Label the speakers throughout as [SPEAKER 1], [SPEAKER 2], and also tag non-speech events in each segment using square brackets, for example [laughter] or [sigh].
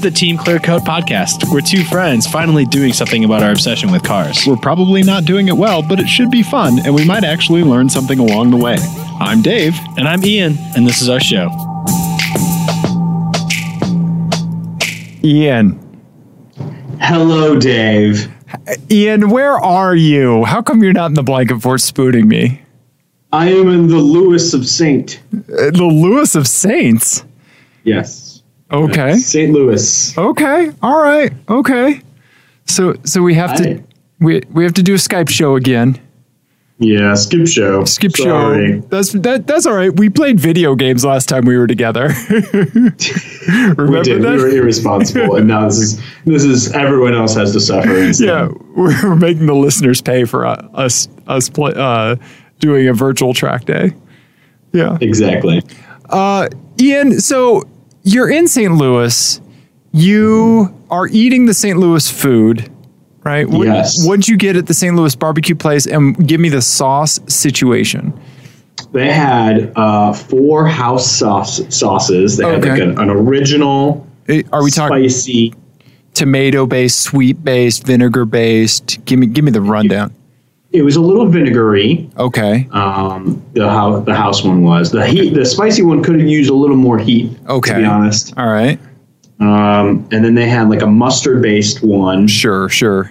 [SPEAKER 1] the Team Clear Coat podcast. We're two friends finally doing something about our obsession with cars.
[SPEAKER 2] We're probably not doing it well, but it should be fun, and we might actually learn something along the way. I'm Dave.
[SPEAKER 1] And I'm Ian, and this is our show.
[SPEAKER 3] Ian.
[SPEAKER 4] Hello, Dave.
[SPEAKER 3] Ian, where are you? How come [laughs] you're not in the blanket fort spooting me?
[SPEAKER 4] I am in the Lewis of Saint.
[SPEAKER 3] Uh, The Lewis of Saints.
[SPEAKER 4] Yes.
[SPEAKER 3] Okay.
[SPEAKER 4] St. Louis.
[SPEAKER 3] Okay. All right. Okay. So so we have to
[SPEAKER 4] Hi.
[SPEAKER 3] we we have to do a Skype show again.
[SPEAKER 4] Yeah, skip show.
[SPEAKER 3] Skip
[SPEAKER 4] Sorry.
[SPEAKER 3] show. That's that, that's all right. We played video games last time we were together. [laughs] Remember
[SPEAKER 4] We did.
[SPEAKER 3] that?
[SPEAKER 4] We were irresponsible, and now this is this is everyone else has to suffer. instead.
[SPEAKER 3] yeah, we're making the listeners pay for uh, us us play, uh, doing a virtual track day. Yeah.
[SPEAKER 4] exactly.
[SPEAKER 3] Ian, so you're in St. Louis. You are eating the St. Louis food, right? What,
[SPEAKER 4] Yes.
[SPEAKER 3] What'd you get at the St. Louis barbecue place? And give me the sauce situation.
[SPEAKER 4] They had uh, four house sauce sauces. They had
[SPEAKER 3] Okay.
[SPEAKER 4] like an, an original,
[SPEAKER 3] Eh, Are we talking
[SPEAKER 4] spicy.
[SPEAKER 3] tomato based, sweet based, vinegar based? Give me, give me the rundown.
[SPEAKER 4] It was a little vinegary.
[SPEAKER 3] Okay.
[SPEAKER 4] Um, the house the house one was the heat. The spicy one could have used a little more heat. To
[SPEAKER 3] Okay.
[SPEAKER 4] be honest.
[SPEAKER 3] All right.
[SPEAKER 4] Um, and then they had like a mustard based one.
[SPEAKER 3] Sure. Sure.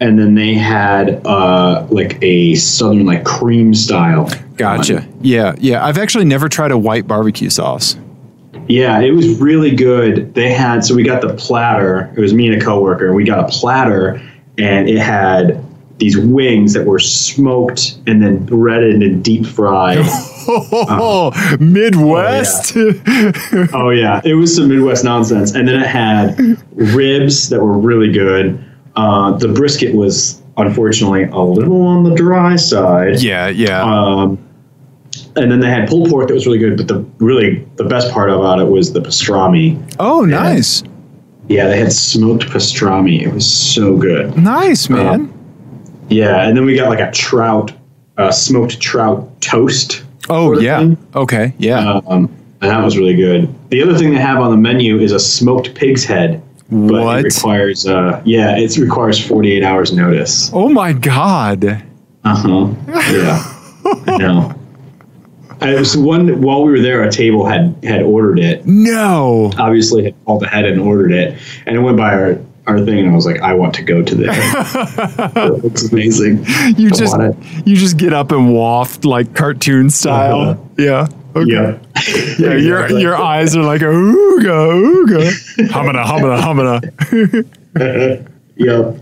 [SPEAKER 4] and then they had uh, like a southern like cream style.
[SPEAKER 3] Gotcha. Yeah. Yeah. I've actually never tried a white barbecue sauce.
[SPEAKER 4] Yeah, it was really good. They had so we got the platter. It was me and a coworker, and we got a platter, and it had these wings that were smoked and then breaded and deep fried.
[SPEAKER 3] Oh, Midwest.
[SPEAKER 4] oh yeah, it was some Midwest nonsense. And then it had ribs that were really good. Uh, the brisket was unfortunately a little on the dry side.
[SPEAKER 3] [laughs] yeah. Yeah.
[SPEAKER 4] Um, and then they had pulled pork that was really good, but the really the best part about it was the pastrami.
[SPEAKER 3] oh, nice.
[SPEAKER 4] Yeah, they had smoked pastrami. It was so good.
[SPEAKER 3] Nice, man.
[SPEAKER 4] Yeah, and then we got like a trout, uh, smoked trout toast.
[SPEAKER 3] Oh
[SPEAKER 4] sort of
[SPEAKER 3] yeah.
[SPEAKER 4] thing.
[SPEAKER 3] Okay. Yeah.
[SPEAKER 4] Um, and that was really good. The other thing they have on the menu is a smoked pig's head. But
[SPEAKER 3] What?
[SPEAKER 4] it requires uh yeah, it requires 48 hours notice.
[SPEAKER 3] oh my god.
[SPEAKER 4] Uh-huh. Yeah.
[SPEAKER 3] [laughs]
[SPEAKER 4] I know. I was one while we were there a table had had ordered it
[SPEAKER 3] No.
[SPEAKER 4] obviously had called ahead and ordered it, and it went by our our thing, and I was like, I want to go to there.
[SPEAKER 3] [laughs]
[SPEAKER 4] it looks amazing.
[SPEAKER 3] You just
[SPEAKER 4] want
[SPEAKER 3] you just get up and waft like cartoon style.
[SPEAKER 4] Uh-huh.
[SPEAKER 3] Yeah. Okay.
[SPEAKER 4] Yeah,
[SPEAKER 3] [laughs] Yeah, your
[SPEAKER 4] [laughs] Exactly.
[SPEAKER 3] your eyes are like ooga ooga. Humana humana humana.
[SPEAKER 4] yep,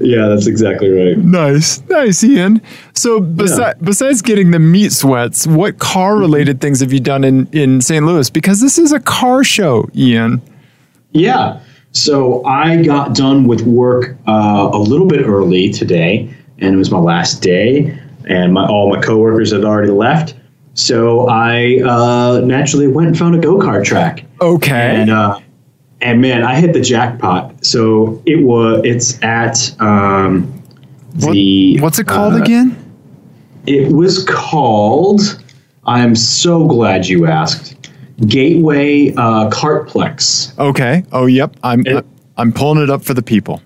[SPEAKER 4] yeah, that's exactly right.
[SPEAKER 3] [laughs] nice. Nice, Ian. So besi- besides getting the meat sweats, what car related things have you done in, in St. Louis? Because this is a car show, Ian.
[SPEAKER 4] Yeah, so I got done with work uh, a little bit early today, and it was my last day, and my all my coworkers had already left. So I uh, naturally went and found a go kart track.
[SPEAKER 3] Okay.
[SPEAKER 4] and uh, and man, I hit the jackpot. So it was it's at um,
[SPEAKER 3] What-
[SPEAKER 4] the
[SPEAKER 3] What's it called
[SPEAKER 4] uh,
[SPEAKER 3] again?
[SPEAKER 4] It was called. I'm so glad you asked. Gateway uh, Cartplex.
[SPEAKER 3] Okay. Oh, yep. I'm
[SPEAKER 4] It-
[SPEAKER 3] I'm pulling it up for the people.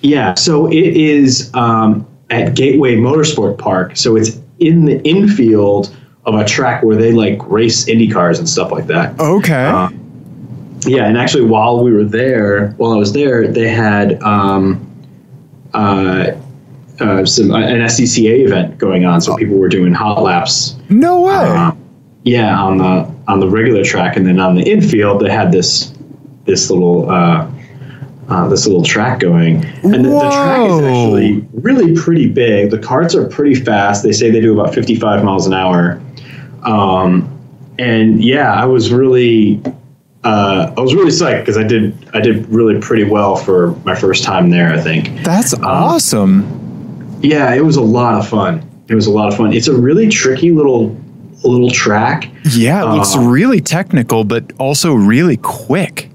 [SPEAKER 4] Yeah, so it is um, at Gateway Motorsport Park. So it's in the infield of a track where they like race Indy cars and stuff like that.
[SPEAKER 3] Okay.
[SPEAKER 4] Uh, Yeah, and actually, while we were there, while I was there, they had um, uh, uh, some an SCCA event going on, so people were doing hot laps.
[SPEAKER 3] no way.
[SPEAKER 4] Uh, yeah, on the on the regular track, and then on the infield, they had this this little uh, uh, this little track going, and the, the track is
[SPEAKER 3] Whoa.
[SPEAKER 4] actually really pretty big. The carts are pretty fast. They say they do about fifty five miles an hour. Um, and yeah, I was really uh, I was really psyched because I did I did really pretty well for my first time there. I think.
[SPEAKER 3] That's awesome.
[SPEAKER 4] Yeah, it was a lot of fun. It was a lot of fun. It's a really tricky little little track.
[SPEAKER 3] Yeah, it looks
[SPEAKER 4] uh,
[SPEAKER 3] really technical, but also really quick.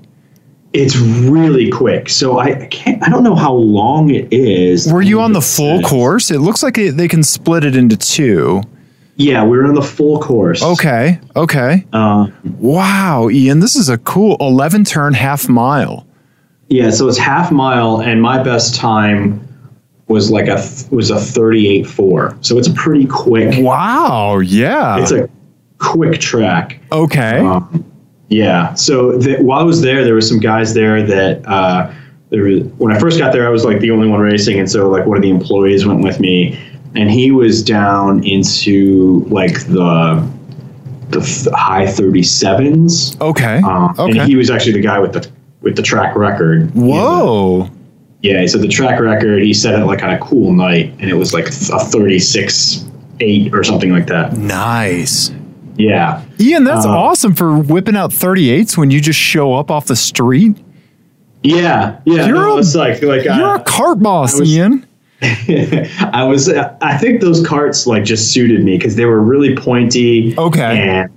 [SPEAKER 4] It's really quick. So I can't I don't know how long it is.
[SPEAKER 3] Were you on the full course? It looks like it, they can split it into two.
[SPEAKER 4] Yeah, we were on the full course.
[SPEAKER 3] Okay. Okay.
[SPEAKER 4] Uh,
[SPEAKER 3] Wow, Ian, this is a cool 11 turn half mile.
[SPEAKER 4] yeah, so it's half mile, and my best time was like a th- was a thirty eight four. So it's a pretty quick.
[SPEAKER 3] Wow. Yeah.
[SPEAKER 4] It's a quick track.
[SPEAKER 3] okay.
[SPEAKER 4] Um, yeah. So th- while I was there, there were some guys there that uh, there was, when I first got there, I was like the only one racing, and so like one of the employees went with me, and he was down into like the the th- high thirty sevens,
[SPEAKER 3] okay.
[SPEAKER 4] um,
[SPEAKER 3] okay.
[SPEAKER 4] and he was actually the guy with the with the track record.
[SPEAKER 3] Whoa.
[SPEAKER 4] Yeah. So the track record he set it like on a cool night, and it was like th- a thirty six eight or something like that.
[SPEAKER 3] Nice.
[SPEAKER 4] Yeah.
[SPEAKER 3] Ian, that's
[SPEAKER 4] Uh,
[SPEAKER 3] awesome for whipping out 38s when you just show up off the street.
[SPEAKER 4] Yeah. Yeah.
[SPEAKER 3] You're
[SPEAKER 4] no,
[SPEAKER 3] a-
[SPEAKER 4] it's like like uh,
[SPEAKER 3] You're a cart boss,
[SPEAKER 4] I was-
[SPEAKER 3] Ian.
[SPEAKER 4] [laughs] I was. I think those carts like just suited me because they were really pointy.
[SPEAKER 3] Okay.
[SPEAKER 4] And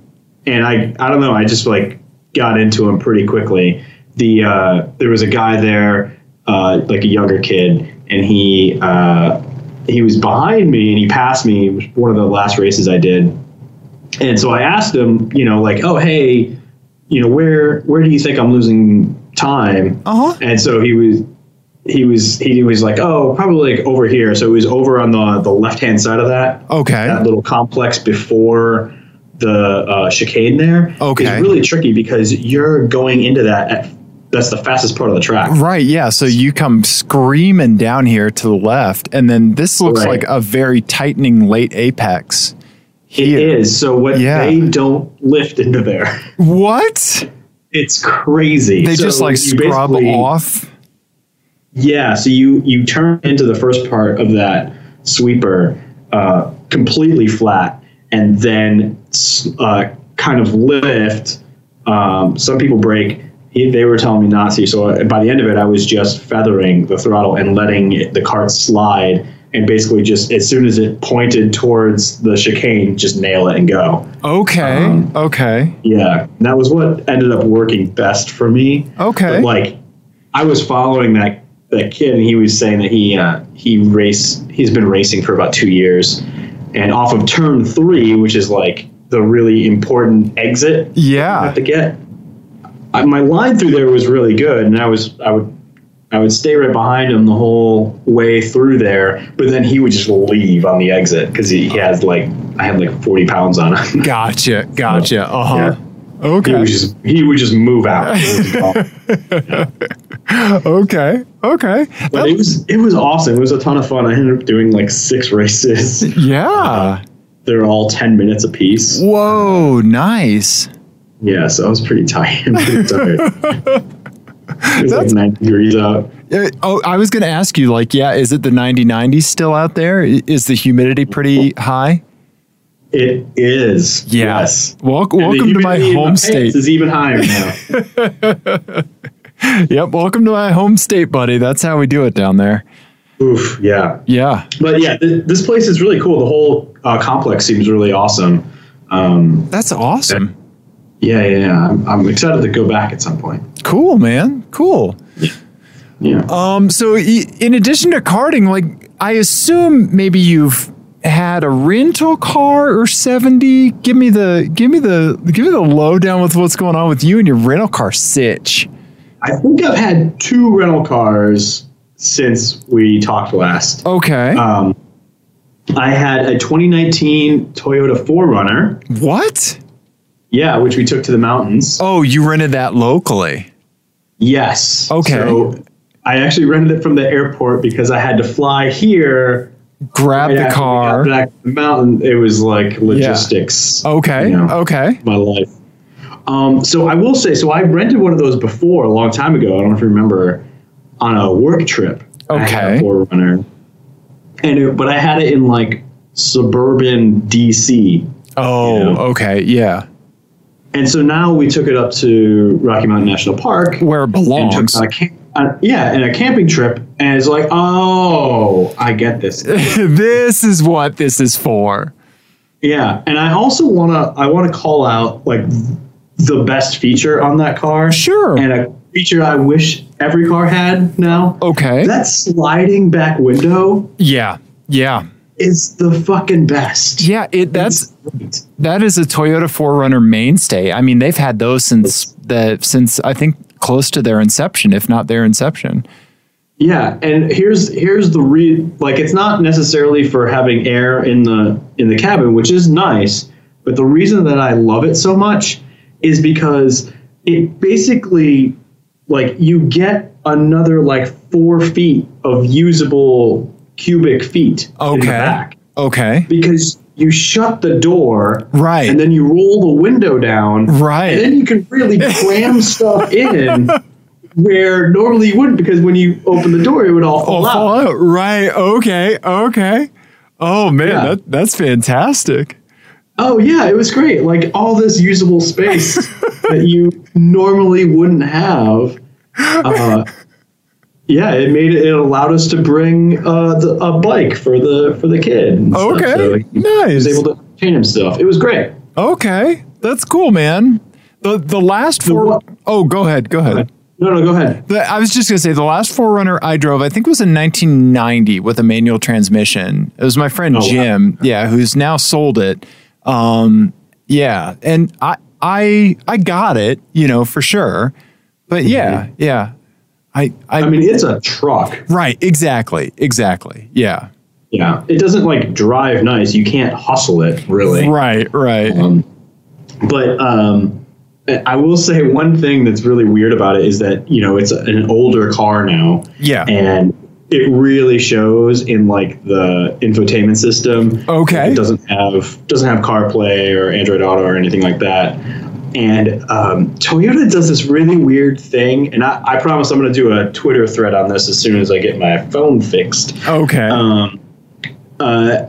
[SPEAKER 4] and I I don't know. I just like got into them pretty quickly. The uh, there was a guy there, uh, like a younger kid, and he uh, he was behind me and he passed me. It was one of the last races I did, and so I asked him, you know, like, oh hey, you know, where where do you think I'm losing time?
[SPEAKER 3] Uh huh.
[SPEAKER 4] And so he was he was he was like, oh, probably like over here. So it was over on the the left hand side of that
[SPEAKER 3] Okay.
[SPEAKER 4] that little complex before the uh, chicane there.
[SPEAKER 3] Okay.
[SPEAKER 4] it's really tricky because you're going into that. At, that's the fastest part of the track.
[SPEAKER 3] Right. Yeah. So you come screaming down here to the left, and then this looks
[SPEAKER 4] Right.
[SPEAKER 3] like a very tightening late apex.
[SPEAKER 4] It
[SPEAKER 3] Here.
[SPEAKER 4] is. So what
[SPEAKER 3] Yeah.
[SPEAKER 4] they don't lift into there.
[SPEAKER 3] What?
[SPEAKER 4] It's crazy.
[SPEAKER 3] They
[SPEAKER 4] So
[SPEAKER 3] just like
[SPEAKER 4] you
[SPEAKER 3] scrub
[SPEAKER 4] basically-
[SPEAKER 3] off.
[SPEAKER 4] Yeah, so you you turn into the first part of that sweeper uh, completely flat, and then s- uh, kind of lift. Um, some people break. He- They were telling me not to, so by the end of it, I was just feathering the throttle and letting it, the cart slide, and basically just as soon as it pointed towards the chicane, just nail it and go.
[SPEAKER 3] Okay.
[SPEAKER 4] Um,
[SPEAKER 3] okay.
[SPEAKER 4] Yeah, and that was what ended up working best for me.
[SPEAKER 3] Okay.
[SPEAKER 4] But like, I was following that that kid, and he was saying that he uh, he race he's been racing for about two years, and off of turn three, which is like the really important exit I
[SPEAKER 3] yeah.
[SPEAKER 4] have to get. I, my line through there was really good, and I was I would I would stay right behind him the whole way through there, but then he would just leave on the exit because he, he has like I had like forty pounds on him.
[SPEAKER 3] Gotcha. Gotcha. Uh huh.
[SPEAKER 4] He
[SPEAKER 3] Okay.
[SPEAKER 4] would just he would just move
[SPEAKER 3] [laughs]
[SPEAKER 4] out. It was-
[SPEAKER 3] Okay. Okay.
[SPEAKER 4] but it was it was awesome. It was a ton of fun. I ended up doing like six [laughs] races.
[SPEAKER 3] Yeah.
[SPEAKER 4] They're all ten minutes apiece.
[SPEAKER 3] Whoa. Nice.
[SPEAKER 4] Yeah, so I was pretty [laughs] tired. pretty tired. it was like
[SPEAKER 3] That's-
[SPEAKER 4] ninety degrees out.
[SPEAKER 3] Uh, oh, I was going to ask you, like, yeah, is it the 90 90 still out there? I- Is the humidity pretty high?
[SPEAKER 4] It is.
[SPEAKER 3] Yeah.
[SPEAKER 4] Yes.
[SPEAKER 3] Wel-
[SPEAKER 4] And the
[SPEAKER 3] welcome to my
[SPEAKER 4] humidity in
[SPEAKER 3] home
[SPEAKER 4] pants
[SPEAKER 3] state.
[SPEAKER 4] Is even higher now.
[SPEAKER 3] [laughs] Yep. Welcome to my home state, buddy. That's how we do it down there.
[SPEAKER 4] Oof. Yeah.
[SPEAKER 3] Yeah.
[SPEAKER 4] But yeah, th- this place is really cool. The whole uh, complex seems really awesome. Um,
[SPEAKER 3] That's awesome.
[SPEAKER 4] yeah, yeah, yeah. I'm, I'm excited to go back at some point.
[SPEAKER 3] Cool, man. Cool.
[SPEAKER 4] Yeah.
[SPEAKER 3] Um, so y- in addition to karting, like I assume maybe you've had a rental car or 70. Give me the give me the give me the lowdown with what's going on with you and your rental car sitch.
[SPEAKER 4] I think I've had two rental cars since we talked last.
[SPEAKER 3] Okay.
[SPEAKER 4] Um, I had a 2019 Toyota 4Runner,
[SPEAKER 3] what?
[SPEAKER 4] yeah, which we took to the mountains.
[SPEAKER 3] Oh, you rented that locally.
[SPEAKER 4] Yes.
[SPEAKER 3] Okay.
[SPEAKER 4] So I actually rented it from the airport because I had to fly here.
[SPEAKER 3] Grab
[SPEAKER 4] right
[SPEAKER 3] the
[SPEAKER 4] after we
[SPEAKER 3] car.
[SPEAKER 4] got back to the mountain. It was like logistics.
[SPEAKER 3] Okay.
[SPEAKER 4] you know,
[SPEAKER 3] Okay.
[SPEAKER 4] My life. Um, so I will say, so I rented one of those before a long time ago. I don't know if you remember on a work trip. I had
[SPEAKER 3] Okay.
[SPEAKER 4] a Forerunner. And it, but I had it in like suburban DC.
[SPEAKER 3] Oh,
[SPEAKER 4] you know.
[SPEAKER 3] okay. Yeah.
[SPEAKER 4] And so now we took it up to Rocky Mountain National Park.
[SPEAKER 3] Where
[SPEAKER 4] and
[SPEAKER 3] it
[SPEAKER 4] took
[SPEAKER 3] belongs.
[SPEAKER 4] on a cam- uh, yeah, and a camping trip. And it's like, oh, I get this.
[SPEAKER 3] [laughs] this is what this is for.
[SPEAKER 4] yeah. And I also want to, I want to call out like the best feature on that car.
[SPEAKER 3] Sure.
[SPEAKER 4] And a feature I wish every car had now.
[SPEAKER 3] Okay.
[SPEAKER 4] That sliding back window
[SPEAKER 3] yeah. Yeah.
[SPEAKER 4] is the fucking best.
[SPEAKER 3] Yeah, it that's
[SPEAKER 4] It's great.
[SPEAKER 3] that is a Toyota 4Runner mainstay. I mean, they've had those since the since I think close to their inception, if not their inception.
[SPEAKER 4] Yeah, and here's here's the re like it's not necessarily for having air in the in the cabin, which is nice, but the reason that I love it so much is because it basically like you get another like four feet of usable cubic feet in the back
[SPEAKER 3] Okay.
[SPEAKER 4] because you shut the door
[SPEAKER 3] Right.
[SPEAKER 4] and then you roll the window down
[SPEAKER 3] Right.
[SPEAKER 4] and then you can really cram stuff in where normally you wouldn't because when you open the door it would all fall
[SPEAKER 3] Oh,
[SPEAKER 4] out
[SPEAKER 3] Fallout. Right. Okay. Okay. Oh man,
[SPEAKER 4] Yeah.
[SPEAKER 3] that that's fantastic.
[SPEAKER 4] oh yeah it was great like all this usable space that you normally wouldn't have uh, yeah it made it, it allowed us to bring uh, the, a bike for the for the kid and stuff.
[SPEAKER 3] Okay.
[SPEAKER 4] so he
[SPEAKER 3] nice.
[SPEAKER 4] was able to chain him stuff it was great
[SPEAKER 3] okay. That's cool, man. The the last four
[SPEAKER 4] what-
[SPEAKER 3] Oh, go ahead. Go ahead.
[SPEAKER 4] no no go ahead
[SPEAKER 3] The, I was just gonna say the last Forerunner I drove, I think was in 1990 with a manual transmission. It was my friend
[SPEAKER 4] Oh, wow.
[SPEAKER 3] Jim, yeah, who's now sold it. Um, yeah, and I I I got it, you know, for sure. But yeah, yeah, I I,
[SPEAKER 4] Mm-hmm. i mean it's a truck
[SPEAKER 3] right, exactly, exactly, yeah,
[SPEAKER 4] Yeah, it doesn't like drive nice. You can't hustle it really. Um,
[SPEAKER 3] right, right,
[SPEAKER 4] But um, I I will say one thing that's really weird about it is that you know it's an older car now,
[SPEAKER 3] yeah,
[SPEAKER 4] and it really shows in like the infotainment system.
[SPEAKER 3] Okay.
[SPEAKER 4] it doesn't have doesn't have CarPlay or Android Auto or anything like that. And um, Toyota does this really weird thing, and I, I promise I'm going to do a Twitter thread on this as soon as I get my phone fixed
[SPEAKER 3] okay,
[SPEAKER 4] um, uh,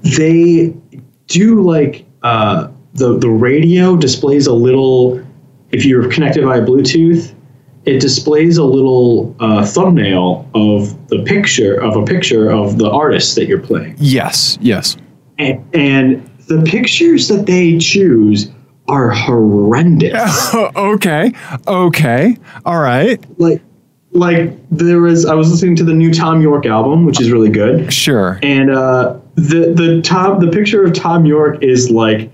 [SPEAKER 4] they do like uh, the the radio displays a little. If you're connected via Bluetooth, it displays a little uh, thumbnail of the picture of a picture of the artist that you're playing,
[SPEAKER 3] yes, yes, [laughs]
[SPEAKER 4] and, and the pictures that they choose are horrendous.
[SPEAKER 3] okay, okay, all right,
[SPEAKER 4] Like, like there is. I was listening to the new Tom York album, which is really good.
[SPEAKER 3] sure,
[SPEAKER 4] and uh, the the Tom the picture of Tom York is like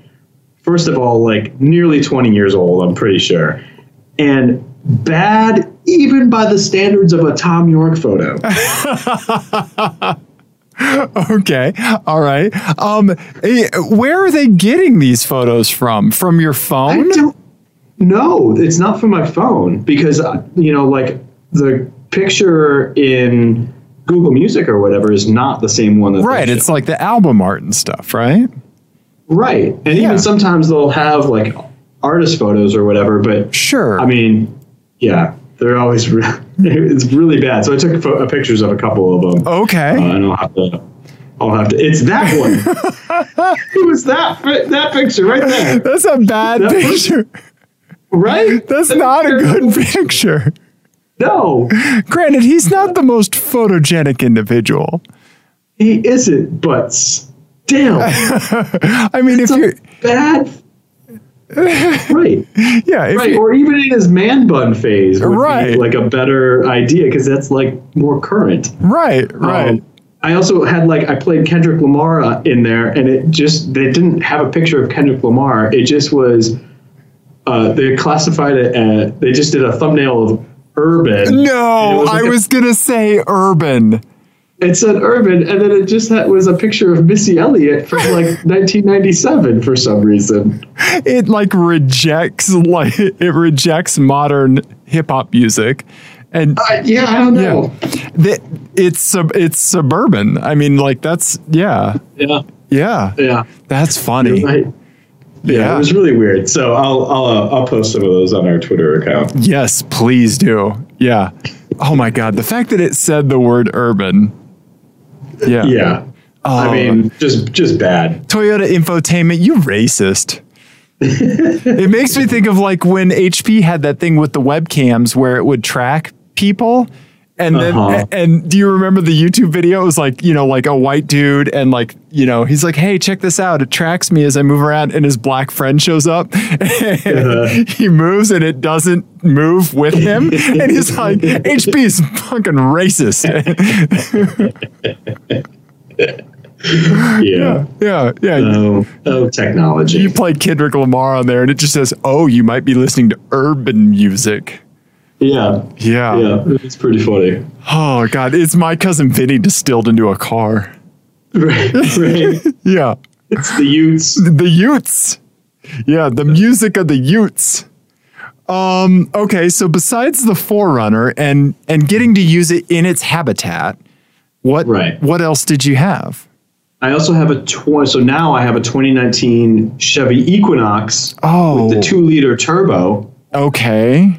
[SPEAKER 4] first of all like nearly 20 years old I'm pretty sure and bad even by the standards of a Tom York photo
[SPEAKER 3] [laughs] Okay. All right. Um, eh, where are they getting these photos from? From your
[SPEAKER 4] I
[SPEAKER 3] phone?
[SPEAKER 4] don't no it's not from my phone because uh, you know like the picture in Google Music or whatever is not the same one that they
[SPEAKER 3] Right.
[SPEAKER 4] show.
[SPEAKER 3] It's like the album art and stuff, right?
[SPEAKER 4] right and
[SPEAKER 3] Yeah.
[SPEAKER 4] even sometimes they'll have like artist photos or whatever but
[SPEAKER 3] Sure.
[SPEAKER 4] I mean, yeah, they're always re- [laughs] it's really bad. So I took pho- pictures of a couple of them.
[SPEAKER 3] Oh.
[SPEAKER 4] Uh,
[SPEAKER 3] okay.
[SPEAKER 4] and I'll have to. I'll have to. It's that one. it was that fi- that picture right there,
[SPEAKER 3] That's a bad
[SPEAKER 4] that was- [laughs]
[SPEAKER 3] picture.
[SPEAKER 4] right?
[SPEAKER 3] That's not a good picture.
[SPEAKER 4] No,
[SPEAKER 3] Granted, he's not the most photogenic individual.
[SPEAKER 4] he isn't. But still,
[SPEAKER 3] I mean, if
[SPEAKER 4] it's
[SPEAKER 3] [laughs] you're,
[SPEAKER 4] a bad. right,
[SPEAKER 3] yeah, if
[SPEAKER 4] right,
[SPEAKER 3] you,
[SPEAKER 4] or even in his man bun phase, would be,
[SPEAKER 3] Right.
[SPEAKER 4] like a better idea because that's like more current.
[SPEAKER 3] right, right.
[SPEAKER 4] Um, I also had like I played Kendrick Lamar uh, in there, and it just they didn't have a picture of Kendrick Lamar. It just was uh, they classified it. As, they just did a thumbnail of urban. and it
[SPEAKER 3] no,
[SPEAKER 4] was like
[SPEAKER 3] I
[SPEAKER 4] a-
[SPEAKER 3] was gonna say urban.
[SPEAKER 4] it said urban, and then it just had, was a picture of Missy Elliott [laughs] from like 1997 for some reason.
[SPEAKER 3] it like rejects [laughs] like it rejects modern hip hop music and
[SPEAKER 4] [laughs] I, yeah, I don't know.
[SPEAKER 3] that it's sub, it's suburban. I mean like that's yeah.
[SPEAKER 4] Yeah,
[SPEAKER 3] Yeah.
[SPEAKER 4] yeah,
[SPEAKER 3] That's funny.
[SPEAKER 4] right. Yeah,
[SPEAKER 3] Yeah.
[SPEAKER 4] it was really weird. So I'll I'll uh, I'll post some of those on our Twitter account.
[SPEAKER 3] Yes, please do. Yeah. Oh my god, the fact that it said the word urban. Yeah.
[SPEAKER 4] Yeah, Uh, I
[SPEAKER 3] Oh.
[SPEAKER 4] mean, just just bad.
[SPEAKER 3] Toyota infotainment, you racist. it makes me think of like when HP had that thing with the webcams where it would track people. And then,
[SPEAKER 4] Uh-huh.
[SPEAKER 3] and do you remember the YouTube video? It was like, you know, like a white dude, and like, you know, he's like, hey, check this out. It tracks me as I move around, and his black friend shows up. [laughs] he moves, and it doesn't move with him. and he's like, HP is fucking racist.
[SPEAKER 4] yeah.
[SPEAKER 3] [laughs] yeah, yeah.
[SPEAKER 4] Oh, oh, technology.
[SPEAKER 3] you play Kendrick Lamar on there, and it just says, "Oh, you might be listening to urban music."
[SPEAKER 4] yeah.
[SPEAKER 3] Yeah.
[SPEAKER 4] Yeah. It's pretty funny. [laughs]
[SPEAKER 3] Oh God, it's my cousin Vinny distilled into a car.
[SPEAKER 4] Right. Right.
[SPEAKER 3] Yeah,
[SPEAKER 4] it's the Utes.
[SPEAKER 3] the Utes. Yeah, the music of the Utes. Um. Okay, so besides the Forerunner and and getting to use it in its habitat, what
[SPEAKER 4] Right.
[SPEAKER 3] what else did you have?
[SPEAKER 4] I also have a tw- so now I have a 2019 Chevy Equinox
[SPEAKER 3] Oh,
[SPEAKER 4] with the two liter turbo.
[SPEAKER 3] okay.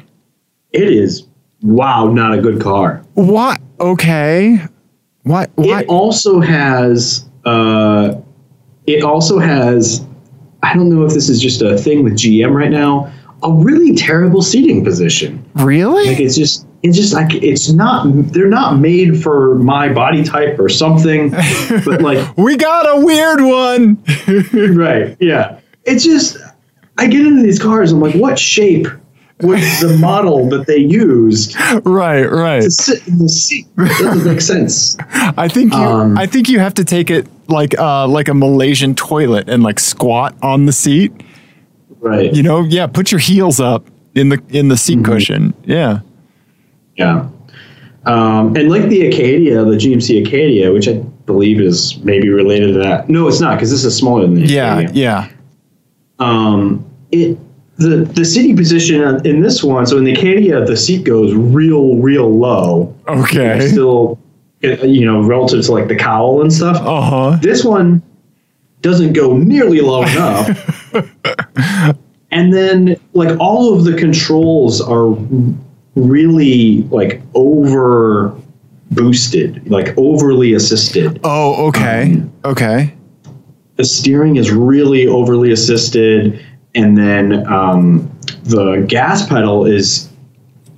[SPEAKER 4] It is wow, not a good car.
[SPEAKER 3] Why? Okay. Why? Why?
[SPEAKER 4] It also has uh, it also has I don't know if this is just a thing with GM right now. A really terrible seating position.
[SPEAKER 3] really?
[SPEAKER 4] Like it's just it's just like it's not they're not made for my body type or something.
[SPEAKER 3] [laughs]
[SPEAKER 4] But like
[SPEAKER 3] We got a weird one.
[SPEAKER 4] right yeah it's just i get into these cars i'm like what shape was the model that they used
[SPEAKER 3] right, right.
[SPEAKER 4] to sit in the seat That doesn't make sense
[SPEAKER 3] I think you
[SPEAKER 4] Um,
[SPEAKER 3] I think you have to take it like uh like a Malaysian toilet and like squat on the seat.
[SPEAKER 4] right
[SPEAKER 3] You know, yeah, put your heels up in the in the seat
[SPEAKER 4] Mm-hmm.
[SPEAKER 3] cushion. Yeah.
[SPEAKER 4] yeah um, and like the acadia the gmc acadia which i believe is maybe related to that no it's not because this is smaller than the
[SPEAKER 3] Yeah,
[SPEAKER 4] acadia
[SPEAKER 3] yeah.
[SPEAKER 4] um, it the the seating position on- in this one so in the acadia the seat goes real real low
[SPEAKER 3] Okay.
[SPEAKER 4] still you know relative to like the cowl and stuff
[SPEAKER 3] Uh-huh.
[SPEAKER 4] this one doesn't go nearly low enough. and then like all of the controls are really like over boosted, like overly assisted.
[SPEAKER 3] Oh, okay. Okay.
[SPEAKER 4] The steering is really overly assisted and then um, the gas pedal is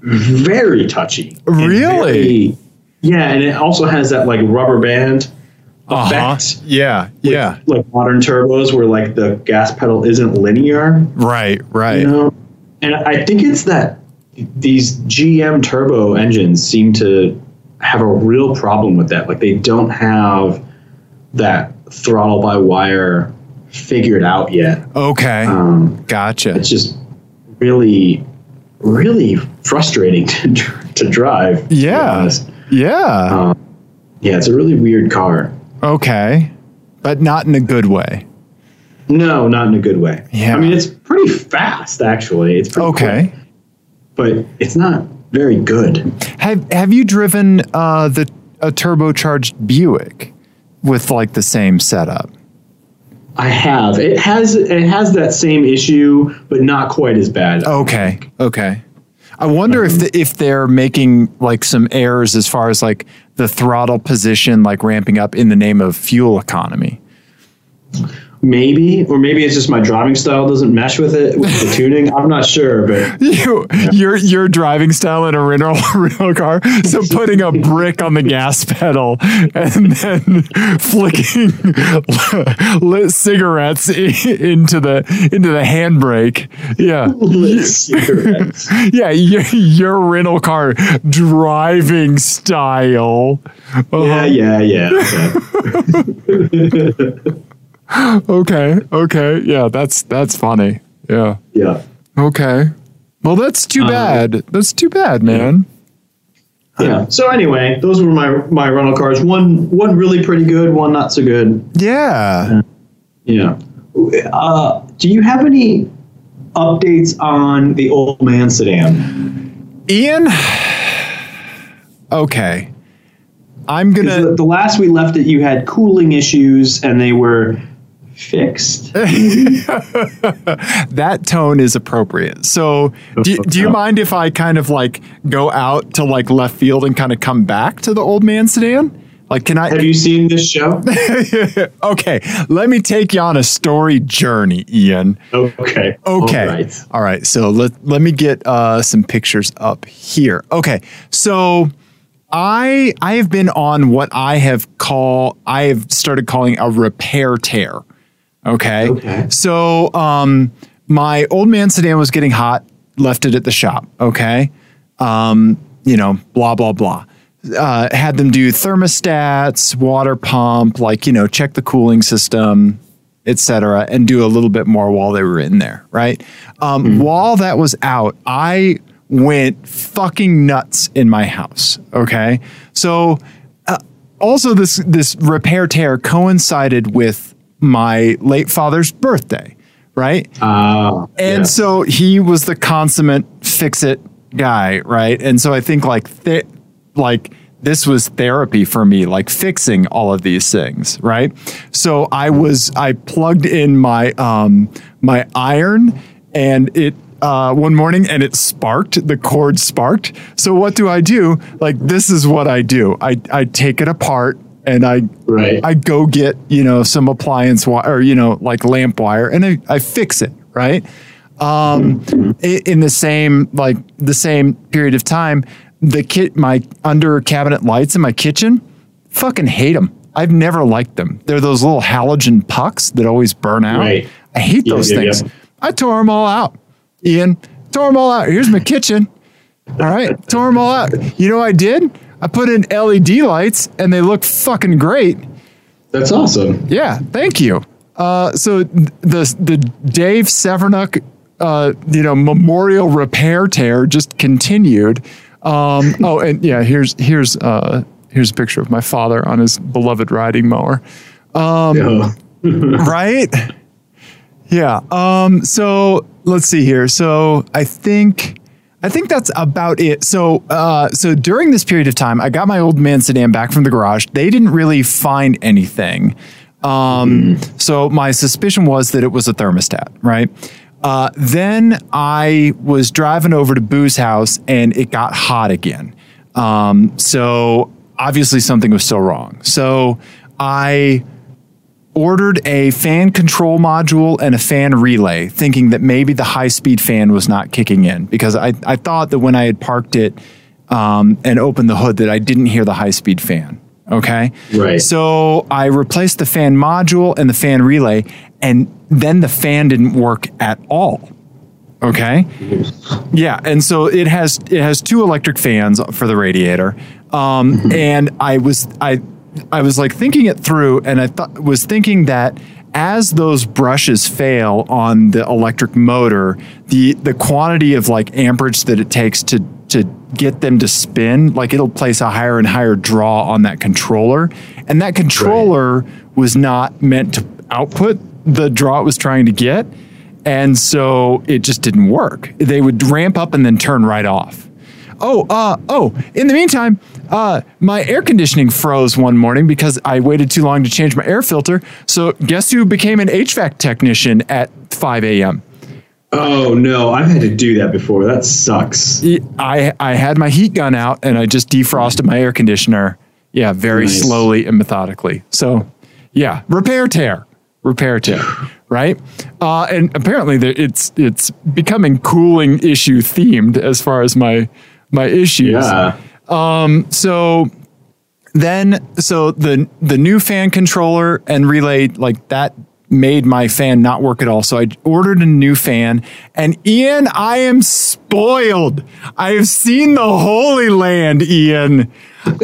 [SPEAKER 4] very touchy. and
[SPEAKER 3] Really?
[SPEAKER 4] very- yeah, and it also has that like rubber band
[SPEAKER 3] Uh-huh.
[SPEAKER 4] effect
[SPEAKER 3] Yeah. Yeah.
[SPEAKER 4] like modern turbos where like the gas pedal isn't linear
[SPEAKER 3] Right, right.
[SPEAKER 4] you know and i think it's that these gm turbo engines seem to have a real problem with that like they don't have that throttle by wire figured out yet
[SPEAKER 3] Okay.
[SPEAKER 4] um,
[SPEAKER 3] Gotcha.
[SPEAKER 4] it's just really really frustrating [laughs] to, to drive to be
[SPEAKER 3] Yeah.
[SPEAKER 4] honest.
[SPEAKER 3] Yeah.
[SPEAKER 4] um, yeah it's a really weird car
[SPEAKER 3] Okay. But not in a good way.
[SPEAKER 4] no not in a good way
[SPEAKER 3] Yeah.
[SPEAKER 4] i mean it's pretty fast actually it's pretty quick.
[SPEAKER 3] Okay.
[SPEAKER 4] but it's not very good.
[SPEAKER 3] Have Have you driven uh, the a turbocharged Buick with like the same setup?
[SPEAKER 4] I have. It has it has that same issue, but not quite as bad.
[SPEAKER 3] Okay, okay. I wonder if the, if they're making like some errors as far as like the throttle position, like ramping up in the name of fuel economy.
[SPEAKER 4] Maybe, or maybe it's just my driving style doesn't mesh with it with the tuning. I'm not sure,
[SPEAKER 3] [laughs]
[SPEAKER 4] but [laughs]
[SPEAKER 3] [laughs] You, your your driving style in a rental [laughs] rental car, so putting a brick on the gas pedal and then [laughs] flicking [laughs] lit cigarettes [laughs] i- into the into the handbrake. Yeah.
[SPEAKER 4] let's see cigarettes.
[SPEAKER 3] Yeah, your, your rental car driving style. Uh-huh.
[SPEAKER 4] Yeah, yeah, yeah. yeah.
[SPEAKER 3] Okay. Okay. Yeah, that's that's funny. Yeah.
[SPEAKER 4] yeah.
[SPEAKER 3] Okay. Well, that's
[SPEAKER 4] Uh,
[SPEAKER 3] too bad. That's too bad, man.
[SPEAKER 4] Yeah. Um, So anyway, those were my my rental cars. One one really pretty good, one not so good.
[SPEAKER 3] Yeah.
[SPEAKER 4] Yeah. Uh, do you have any updates on the old man sedan?
[SPEAKER 3] Ian. Okay. I'm gonna.
[SPEAKER 4] 'Cause The, the last we left it, you had cooling issues, and they were
[SPEAKER 3] [laughs]
[SPEAKER 4] fixed.
[SPEAKER 3] that tone is appropriate. So, do, do you mind if I kind of like go out to like left field and kind of come back to the old man sedan? Like, can I?
[SPEAKER 4] Have you seen this
[SPEAKER 3] [laughs]
[SPEAKER 4] show?
[SPEAKER 3] okay, let me take you on a story journey, Ian.
[SPEAKER 4] Okay.
[SPEAKER 3] Okay.
[SPEAKER 4] All right.
[SPEAKER 3] All right. So let let me get uh, some pictures up here. Okay. So I I have been on what I have call I have started calling a repair tear. Okay.
[SPEAKER 4] Okay.
[SPEAKER 3] So um, my old man sedan was getting hot. Left it at the shop. Okay. Um, you know, blah blah blah. uh, had them do thermostats, water pump, like you know, check the cooling system, etc., and do a little bit more while they were in there, right? Um, While that was out, I went fucking nuts in my house. Okay, so uh, also this this repair tear coincided with my late father's birthday, right?
[SPEAKER 4] Ah,
[SPEAKER 3] And
[SPEAKER 4] yeah.
[SPEAKER 3] so he was the consummate fix it guy, right? And so I think like th- like this was therapy for me, like fixing all of these things, right? So I was I plugged in my um my iron and it uh, one morning and it sparked the cord sparked so what do i do like this is what i do i, I take it apart and i
[SPEAKER 4] Right.
[SPEAKER 3] I go get, you know, some appliance wire or, you know, like lamp wire and I, I fix it. Right. Um,
[SPEAKER 4] Mm-hmm.
[SPEAKER 3] i- in the same, like the same period of time, the kit, my under cabinet lights in my kitchen, fucking hate them. I've never liked them. They're those little halogen pucks that always burn out.
[SPEAKER 4] Right.
[SPEAKER 3] I hate
[SPEAKER 4] Yeah,
[SPEAKER 3] those
[SPEAKER 4] yeah,
[SPEAKER 3] things.
[SPEAKER 4] yeah.
[SPEAKER 3] I tore them all out. Ian tore them all out. Here's my kitchen. All right, tore them all out. You know what I did? I put in LED lights and they look fucking great.
[SPEAKER 4] That's awesome.
[SPEAKER 3] Yeah, thank you. Uh, so th- the the Dave Severnuk, uh, you know, memorial repair tear just continued. Um, oh, and yeah, here's here's uh, here's a picture of my father on his beloved riding mower.
[SPEAKER 4] Yeah.
[SPEAKER 3] [laughs] Right? Yeah. Um, so let's see here. So I think I think that's about it. So uh, so during this period of time, I got my old man sedan back from the garage. They didn't really find anything. Um, So my suspicion was that it was a thermostat, right? Uh, then I was driving over to Boo's house and it got hot again. Um, so obviously something was still wrong. So I ordered a fan control module and a fan relay, thinking that maybe the high speed fan was not kicking in because I, I thought that when I had parked it um, and opened the hood that I didn't hear the high speed fan. Okay.
[SPEAKER 4] Right.
[SPEAKER 3] So I replaced the fan module and the fan relay, and then the fan didn't work at all. Okay. Yeah, and so it has it has two electric fans for the radiator. Um, and I was I I was like thinking it through, and I thought was thinking that as those brushes fail on the electric motor, the the quantity of like amperage that it takes to to get them to spin, like it'll place a higher and higher draw on that controller, and that controller was not meant to output the draw it was trying to get. And so it just didn't work. They would ramp up and then turn right off. Oh, uh, oh, in the meantime, uh, my air conditioning froze one morning because I waited too long to change my air filter. So guess who became an HVAC technician at 5 a.m.?
[SPEAKER 4] Oh no, I've had to do that before. That sucks.
[SPEAKER 3] I, I had my heat gun out and I just defrosted my air conditioner. Yeah, very
[SPEAKER 4] Nice.
[SPEAKER 3] slowly and methodically. So, yeah, repair tear, repair
[SPEAKER 4] [sighs]
[SPEAKER 3] tear, right? Uh, and apparently, there, it's it's becoming cooling issue themed as far as my my issues
[SPEAKER 4] Yeah.
[SPEAKER 3] so then so the the new fan controller and relay like that made my fan not work at all so i ordered a new fan and ian i am spoiled i have seen the holy land ian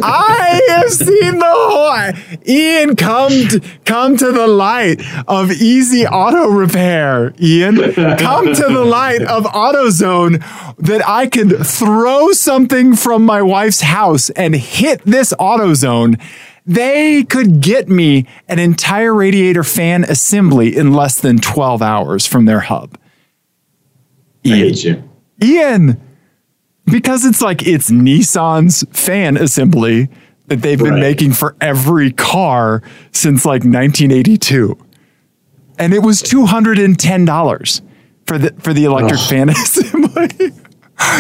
[SPEAKER 3] i have seen the whole ian come to, come to the light of easy auto repair ian come to the light of AutoZone that I could throw something from my wife's house and hit this AutoZone, they could get me an entire radiator fan assembly in less than 12 hours from their hub.
[SPEAKER 4] I hate you.
[SPEAKER 3] Ian, because it's like it's Nissan's fan assembly that they've been
[SPEAKER 4] Right.
[SPEAKER 3] making for every car since like 1982. And it was $210 for the for the electric fan [laughs] assembly.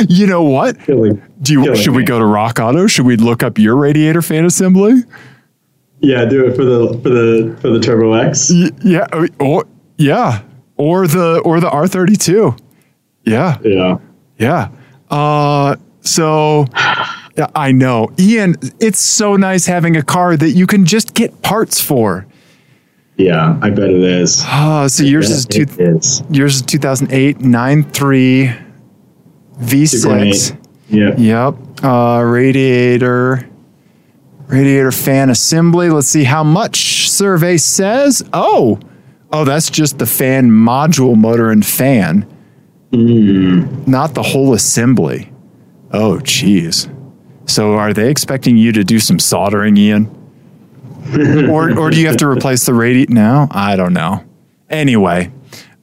[SPEAKER 3] you know what?
[SPEAKER 4] Killing.
[SPEAKER 3] Do you
[SPEAKER 4] killing
[SPEAKER 3] should we
[SPEAKER 4] me.
[SPEAKER 3] go to Rock Auto? Should we look up your radiator fan assembly?
[SPEAKER 4] Yeah, do it for the for the for the Turbo X.
[SPEAKER 3] Y- yeah, or yeah, or the or the R32. Yeah.
[SPEAKER 4] Yeah.
[SPEAKER 3] Yeah. Uh, so yeah, I know, Ian. It's so nice having a car that you can just get parts for.
[SPEAKER 4] Yeah, I bet it is.
[SPEAKER 3] Uh, so [gasps] yours is
[SPEAKER 4] Yeah,
[SPEAKER 3] two,
[SPEAKER 4] it is.
[SPEAKER 3] yours is 2008 93 V6.
[SPEAKER 4] 2.8. Yeah.
[SPEAKER 3] Yep. Uh, radiator Radiator fan assembly. Let's see how much survey says. Oh, oh, that's just the fan module motor and fan, not the whole assembly. Oh, geez. So are they expecting you to do some soldering, Ian? or, or do you have to replace the radiator now? I don't know. Anyway,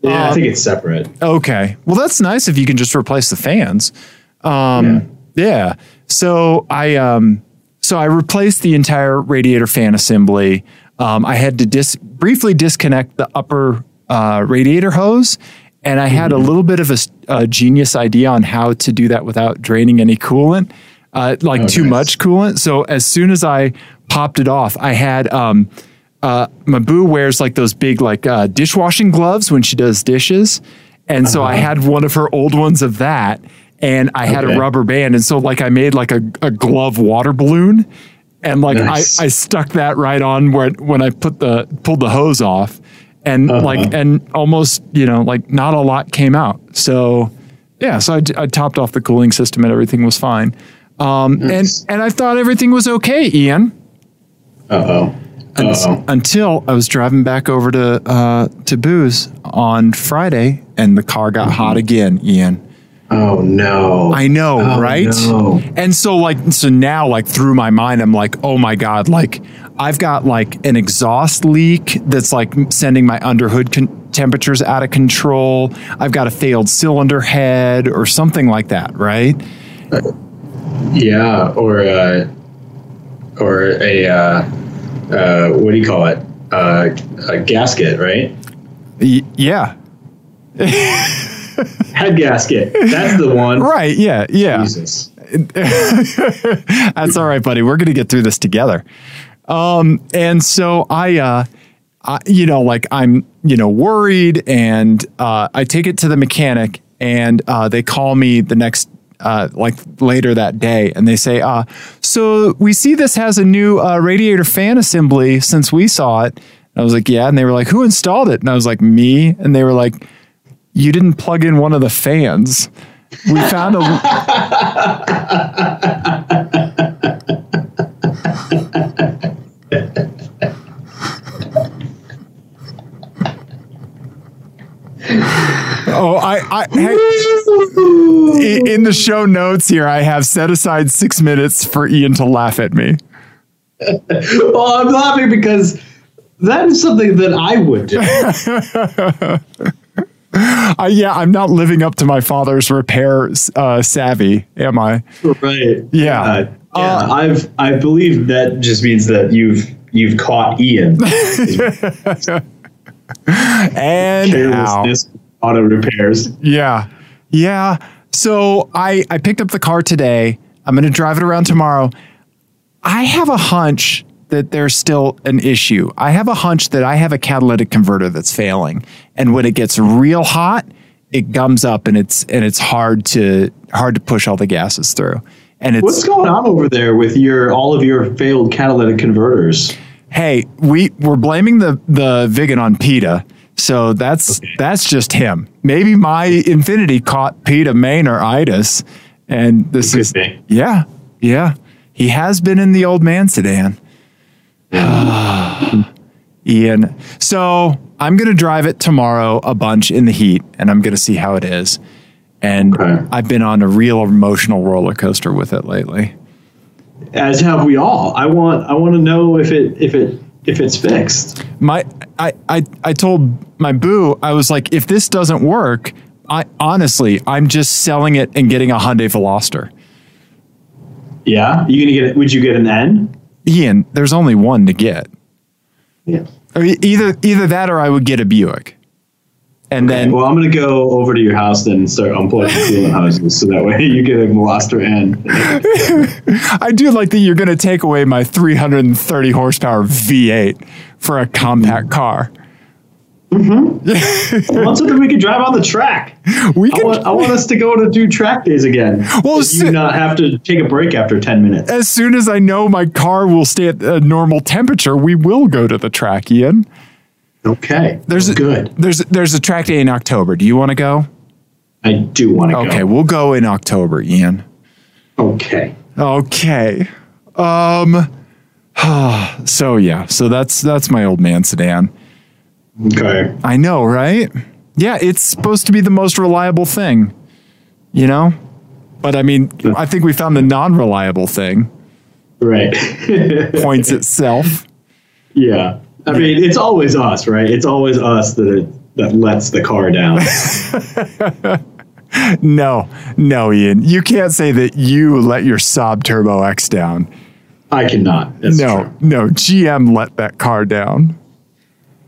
[SPEAKER 4] Yeah, I
[SPEAKER 3] Um,
[SPEAKER 4] think it's separate.
[SPEAKER 3] Okay. Well, that's nice if you can just replace the fans. Um, yeah. So I um, so I replaced the entire radiator fan assembly. Um, I had to dis- briefly disconnect the upper uh, radiator hose, and I had a little bit of a, s- a genius idea on how to do that without draining any coolant, uh, like too
[SPEAKER 4] nice.
[SPEAKER 3] much coolant. So as soon as I popped it off, I had um, uh, my boo wears like those big like uh, dishwashing gloves when she does dishes, and so I had one of her old ones of that, and I
[SPEAKER 4] Uh-huh.
[SPEAKER 3] had
[SPEAKER 4] Okay.
[SPEAKER 3] a rubber band, and so like I made like a, a glove water balloon, and like
[SPEAKER 4] Nice.
[SPEAKER 3] I, I stuck that right on where when I put the pulled the hose off, and
[SPEAKER 4] Uh-huh.
[SPEAKER 3] like and almost you know like not a lot came out, so yeah, so I, d- I topped off the cooling system and everything was fine. Um,
[SPEAKER 4] Nice.
[SPEAKER 3] and, and I thought everything was okay, Ian
[SPEAKER 4] Uh oh. Uh oh.
[SPEAKER 3] until I was driving back over to uh, to Booze on Friday, and the car got
[SPEAKER 4] Mm-hmm.
[SPEAKER 3] hot again, Ian.
[SPEAKER 4] Oh no.
[SPEAKER 3] I know,
[SPEAKER 4] Oh,
[SPEAKER 3] right?
[SPEAKER 4] no.
[SPEAKER 3] And so, like, so now, like, through my mind, I'm like, oh my god, like, I've got like an exhaust leak that's like sending my underhood con- temperatures out of control. I've got a failed cylinder head or something like that, right?
[SPEAKER 4] Yeah, or uh, or a uh, uh, what do you call it? Uh, a gasket, right?
[SPEAKER 3] Y- yeah,
[SPEAKER 4] Head gasket. That's the one.
[SPEAKER 3] [laughs] right. Yeah, yeah.
[SPEAKER 4] Jesus.
[SPEAKER 3] That's all right, buddy. We're going to get through this together. Um, and so I, uh, I, you know, like I'm, you know, worried and, uh, I take it to the mechanic and, uh, they call me the next, uh, like later that day and they say, uh, so we see this has a new, uh, radiator fan assembly since we saw it. And I was like, yeah. And they were like, who installed it? And I was like, me. And they were like, you didn't plug in one of the fans. We found a, Oh, I, I hey, i- in the show notes here, I have set aside six minutes for Ian to laugh at me.
[SPEAKER 4] Well, I'm laughing because that is something that I would do.
[SPEAKER 3] I, Uh, yeah, I'm not living up to my father's repair uh, savvy, am I?
[SPEAKER 4] right.
[SPEAKER 3] Yeah.
[SPEAKER 4] Uh, yeah. I've I believe that just means that you've you've caught [laughs] Ian.
[SPEAKER 3] And ow.
[SPEAKER 4] Carelessness, auto repairs.
[SPEAKER 3] yeah, yeah. So I, I picked up the car today. I'm going to drive it around tomorrow. I have a hunch that there's still an issue. I have a hunch that I have a catalytic converter that's failing, and when it gets real hot, it gums up and it's and it's hard to hard to push all the gases through. And it's
[SPEAKER 4] What's going on over there with your all of your failed catalytic converters?
[SPEAKER 3] hey, we we're blaming the the vegan on PETA. So that's that's just him. Maybe my infinity caught PETA maineritis, and this
[SPEAKER 4] Could
[SPEAKER 3] is
[SPEAKER 4] be.
[SPEAKER 3] yeah, yeah. He has been in the old man sedan. Ian. So I'm gonna drive it tomorrow a bunch in the heat, and I'm gonna see how it is. And
[SPEAKER 4] Okay.
[SPEAKER 3] I've been on a real emotional roller coaster with it lately.
[SPEAKER 4] As have we all. I want I want to know if it if it if it's fixed.
[SPEAKER 3] my I, I I told my boo I was like if this doesn't work I honestly I'm just selling it and getting a Hyundai Veloster
[SPEAKER 4] Yeah, you gonna get? it- Would you get an N?
[SPEAKER 3] Ian there's only one to get
[SPEAKER 4] Yeah.
[SPEAKER 3] I mean, either either that or I would get a Buick and then
[SPEAKER 4] well, I'm gonna go over to your house then and start unplugging coolant houses, so that way [laughs] you get a Veloster [laughs] N.
[SPEAKER 3] I do like that you're going to take away my 330 horsepower V8 for a compact car
[SPEAKER 4] I want something we can drive on the track.
[SPEAKER 3] we
[SPEAKER 4] I
[SPEAKER 3] can
[SPEAKER 4] want, I want us to go to do track days again.
[SPEAKER 3] Well,
[SPEAKER 4] Well,
[SPEAKER 3] si- Uh,
[SPEAKER 4] you not have to take a break after ten minutes.
[SPEAKER 3] as soon as I know my car will stay at a normal temperature we will go to the track Ian
[SPEAKER 4] Okay,
[SPEAKER 3] there's a,
[SPEAKER 4] good.
[SPEAKER 3] there's there's a track day in October do you want to go
[SPEAKER 4] I do want to
[SPEAKER 3] Okay,
[SPEAKER 4] go.
[SPEAKER 3] we'll go in October, Ian.
[SPEAKER 4] Okay.
[SPEAKER 3] Okay. Um [sighs] so yeah, so that's that's my old man sedan.
[SPEAKER 4] Okay.
[SPEAKER 3] I know, right? Yeah, it's supposed to be the most reliable thing, you know? But I mean, I think we found the non reliable thing
[SPEAKER 4] Right. [laughs]
[SPEAKER 3] points itself.
[SPEAKER 4] yeah. I mean, it's always us, right? It's always us that that lets the car
[SPEAKER 3] [laughs]
[SPEAKER 4] down.
[SPEAKER 3] No, no, Ian, you can't say that you let your Saab Turbo X down.
[SPEAKER 4] I cannot. That's
[SPEAKER 3] No, no, GM let that car down.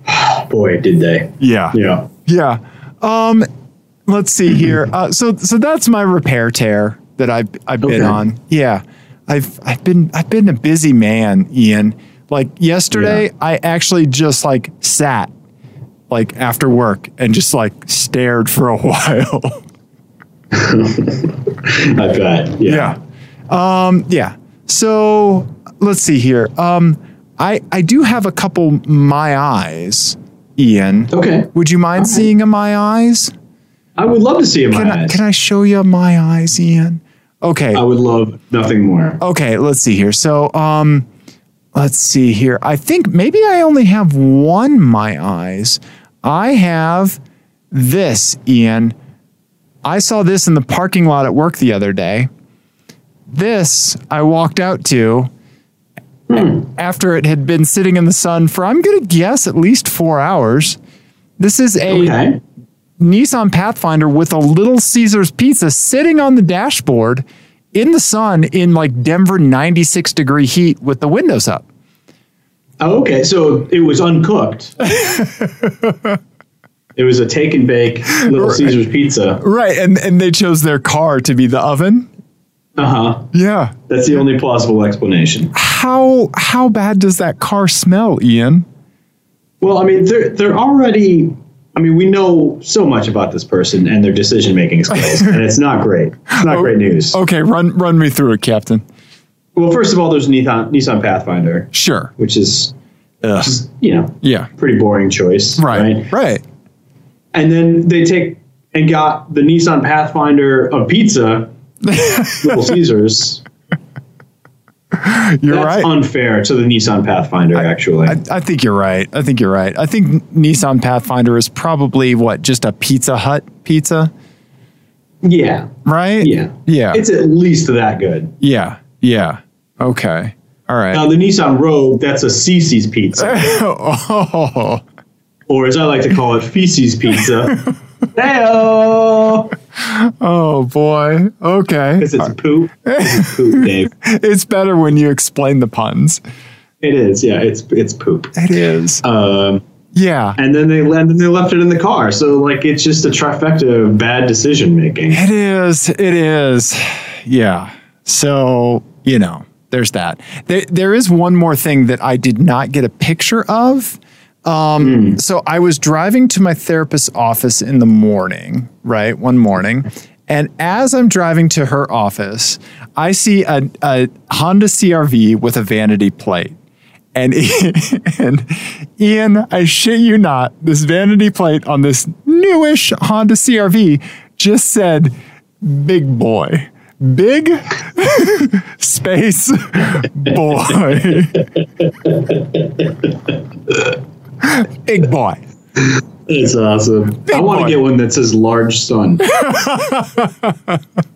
[SPEAKER 4] true. Boy, did they.
[SPEAKER 3] Yeah,
[SPEAKER 4] Yeah.
[SPEAKER 3] yeah. Um, let's
[SPEAKER 4] [clears throat]
[SPEAKER 3] see here. Uh, so, so that's my repair tear that I've I've been
[SPEAKER 4] Okay.
[SPEAKER 3] on. Yeah, I've I've been I've been a busy man, Ian. Like yesterday,
[SPEAKER 4] Yeah.
[SPEAKER 3] I actually just like sat like after work and just like stared for a [laughs] while.
[SPEAKER 4] I bet. Yeah.
[SPEAKER 3] Yeah. Um, yeah. So let's see here. Um, I I do have a couple my eyes, Ian.
[SPEAKER 4] Okay.
[SPEAKER 3] Would you mind seeing a my eyes?
[SPEAKER 4] I would love to see him.
[SPEAKER 3] Can I, can I show you my eyes, Ian? Okay.
[SPEAKER 4] I would love nothing more.
[SPEAKER 3] Okay. Let's see here. So um, let's see here. I think maybe I only have one my eyes. I have this, Ian. I saw this in the parking lot at work the other day. This I walked out to after it had been sitting in the sun for, I'm going to guess, at least four hours. This is a
[SPEAKER 4] Okay.
[SPEAKER 3] Nissan Pathfinder with a Little Caesars pizza sitting on the dashboard in the sun in like Denver 96 degree heat with the windows up.
[SPEAKER 4] Oh, okay. So it was uncooked. it was a take and bake Little Caesars pizza.
[SPEAKER 3] Right, and and they chose their car to be the oven.
[SPEAKER 4] Uh huh.
[SPEAKER 3] Yeah.
[SPEAKER 4] That's the only plausible explanation.
[SPEAKER 3] How how bad does that car smell, Ian?
[SPEAKER 4] Well, I mean, they're they're already. I mean, we know so much about this person and their decision making skills, and it's not great. It's not great news.
[SPEAKER 3] Okay, run run me through it, Captain.
[SPEAKER 4] Well, first of all, there's Nissan Nissan Pathfinder,
[SPEAKER 3] Sure.
[SPEAKER 4] which is just you know
[SPEAKER 3] Yeah.
[SPEAKER 4] pretty boring choice,
[SPEAKER 3] Right. Right.
[SPEAKER 4] And then they take and got the Nissan Pathfinder of pizza, Little Caesars.
[SPEAKER 3] You're
[SPEAKER 4] That's
[SPEAKER 3] right.
[SPEAKER 4] unfair to the Nissan Pathfinder, actually.
[SPEAKER 3] I, I think you're right. I think you're right. I think Nissan Pathfinder is probably what just a Pizza Hut pizza,
[SPEAKER 4] yeah,
[SPEAKER 3] right?
[SPEAKER 4] yeah,
[SPEAKER 3] Yeah.
[SPEAKER 4] It's at least that good.
[SPEAKER 3] yeah. Yeah. Okay. All right.
[SPEAKER 4] Now the Nissan Rogue, that's a Cece's pizza,
[SPEAKER 3] [laughs] oh.
[SPEAKER 4] or as I like to call it, feces pizza.
[SPEAKER 3] [laughs]
[SPEAKER 4] Heyo,
[SPEAKER 3] Oh boy. Okay.
[SPEAKER 4] because it's poop. It's
[SPEAKER 3] [laughs]
[SPEAKER 4] poop, Dave.
[SPEAKER 3] It's better when you explain the puns.
[SPEAKER 4] It is. Yeah, it's it's poop.
[SPEAKER 3] It is.
[SPEAKER 4] Um,
[SPEAKER 3] yeah.
[SPEAKER 4] and then they and then they left it in the car. So like, it's just a trifecta of bad decision making.
[SPEAKER 3] It is. It is. Yeah. So, you know, there's that. There, there is one more thing that I did not get a picture of. Um, So I was driving to my therapist's office in the morning, right? One morning. And as I'm driving to her office, I see a, a Honda CRV with a vanity plate. And, [laughs] and Ian, I shit you not, this vanity plate on this newish Honda CRV just said big boy. Big [laughs] space boy. big boy.
[SPEAKER 4] It's awesome. I want
[SPEAKER 3] boy.
[SPEAKER 4] to get one that says large son. [laughs]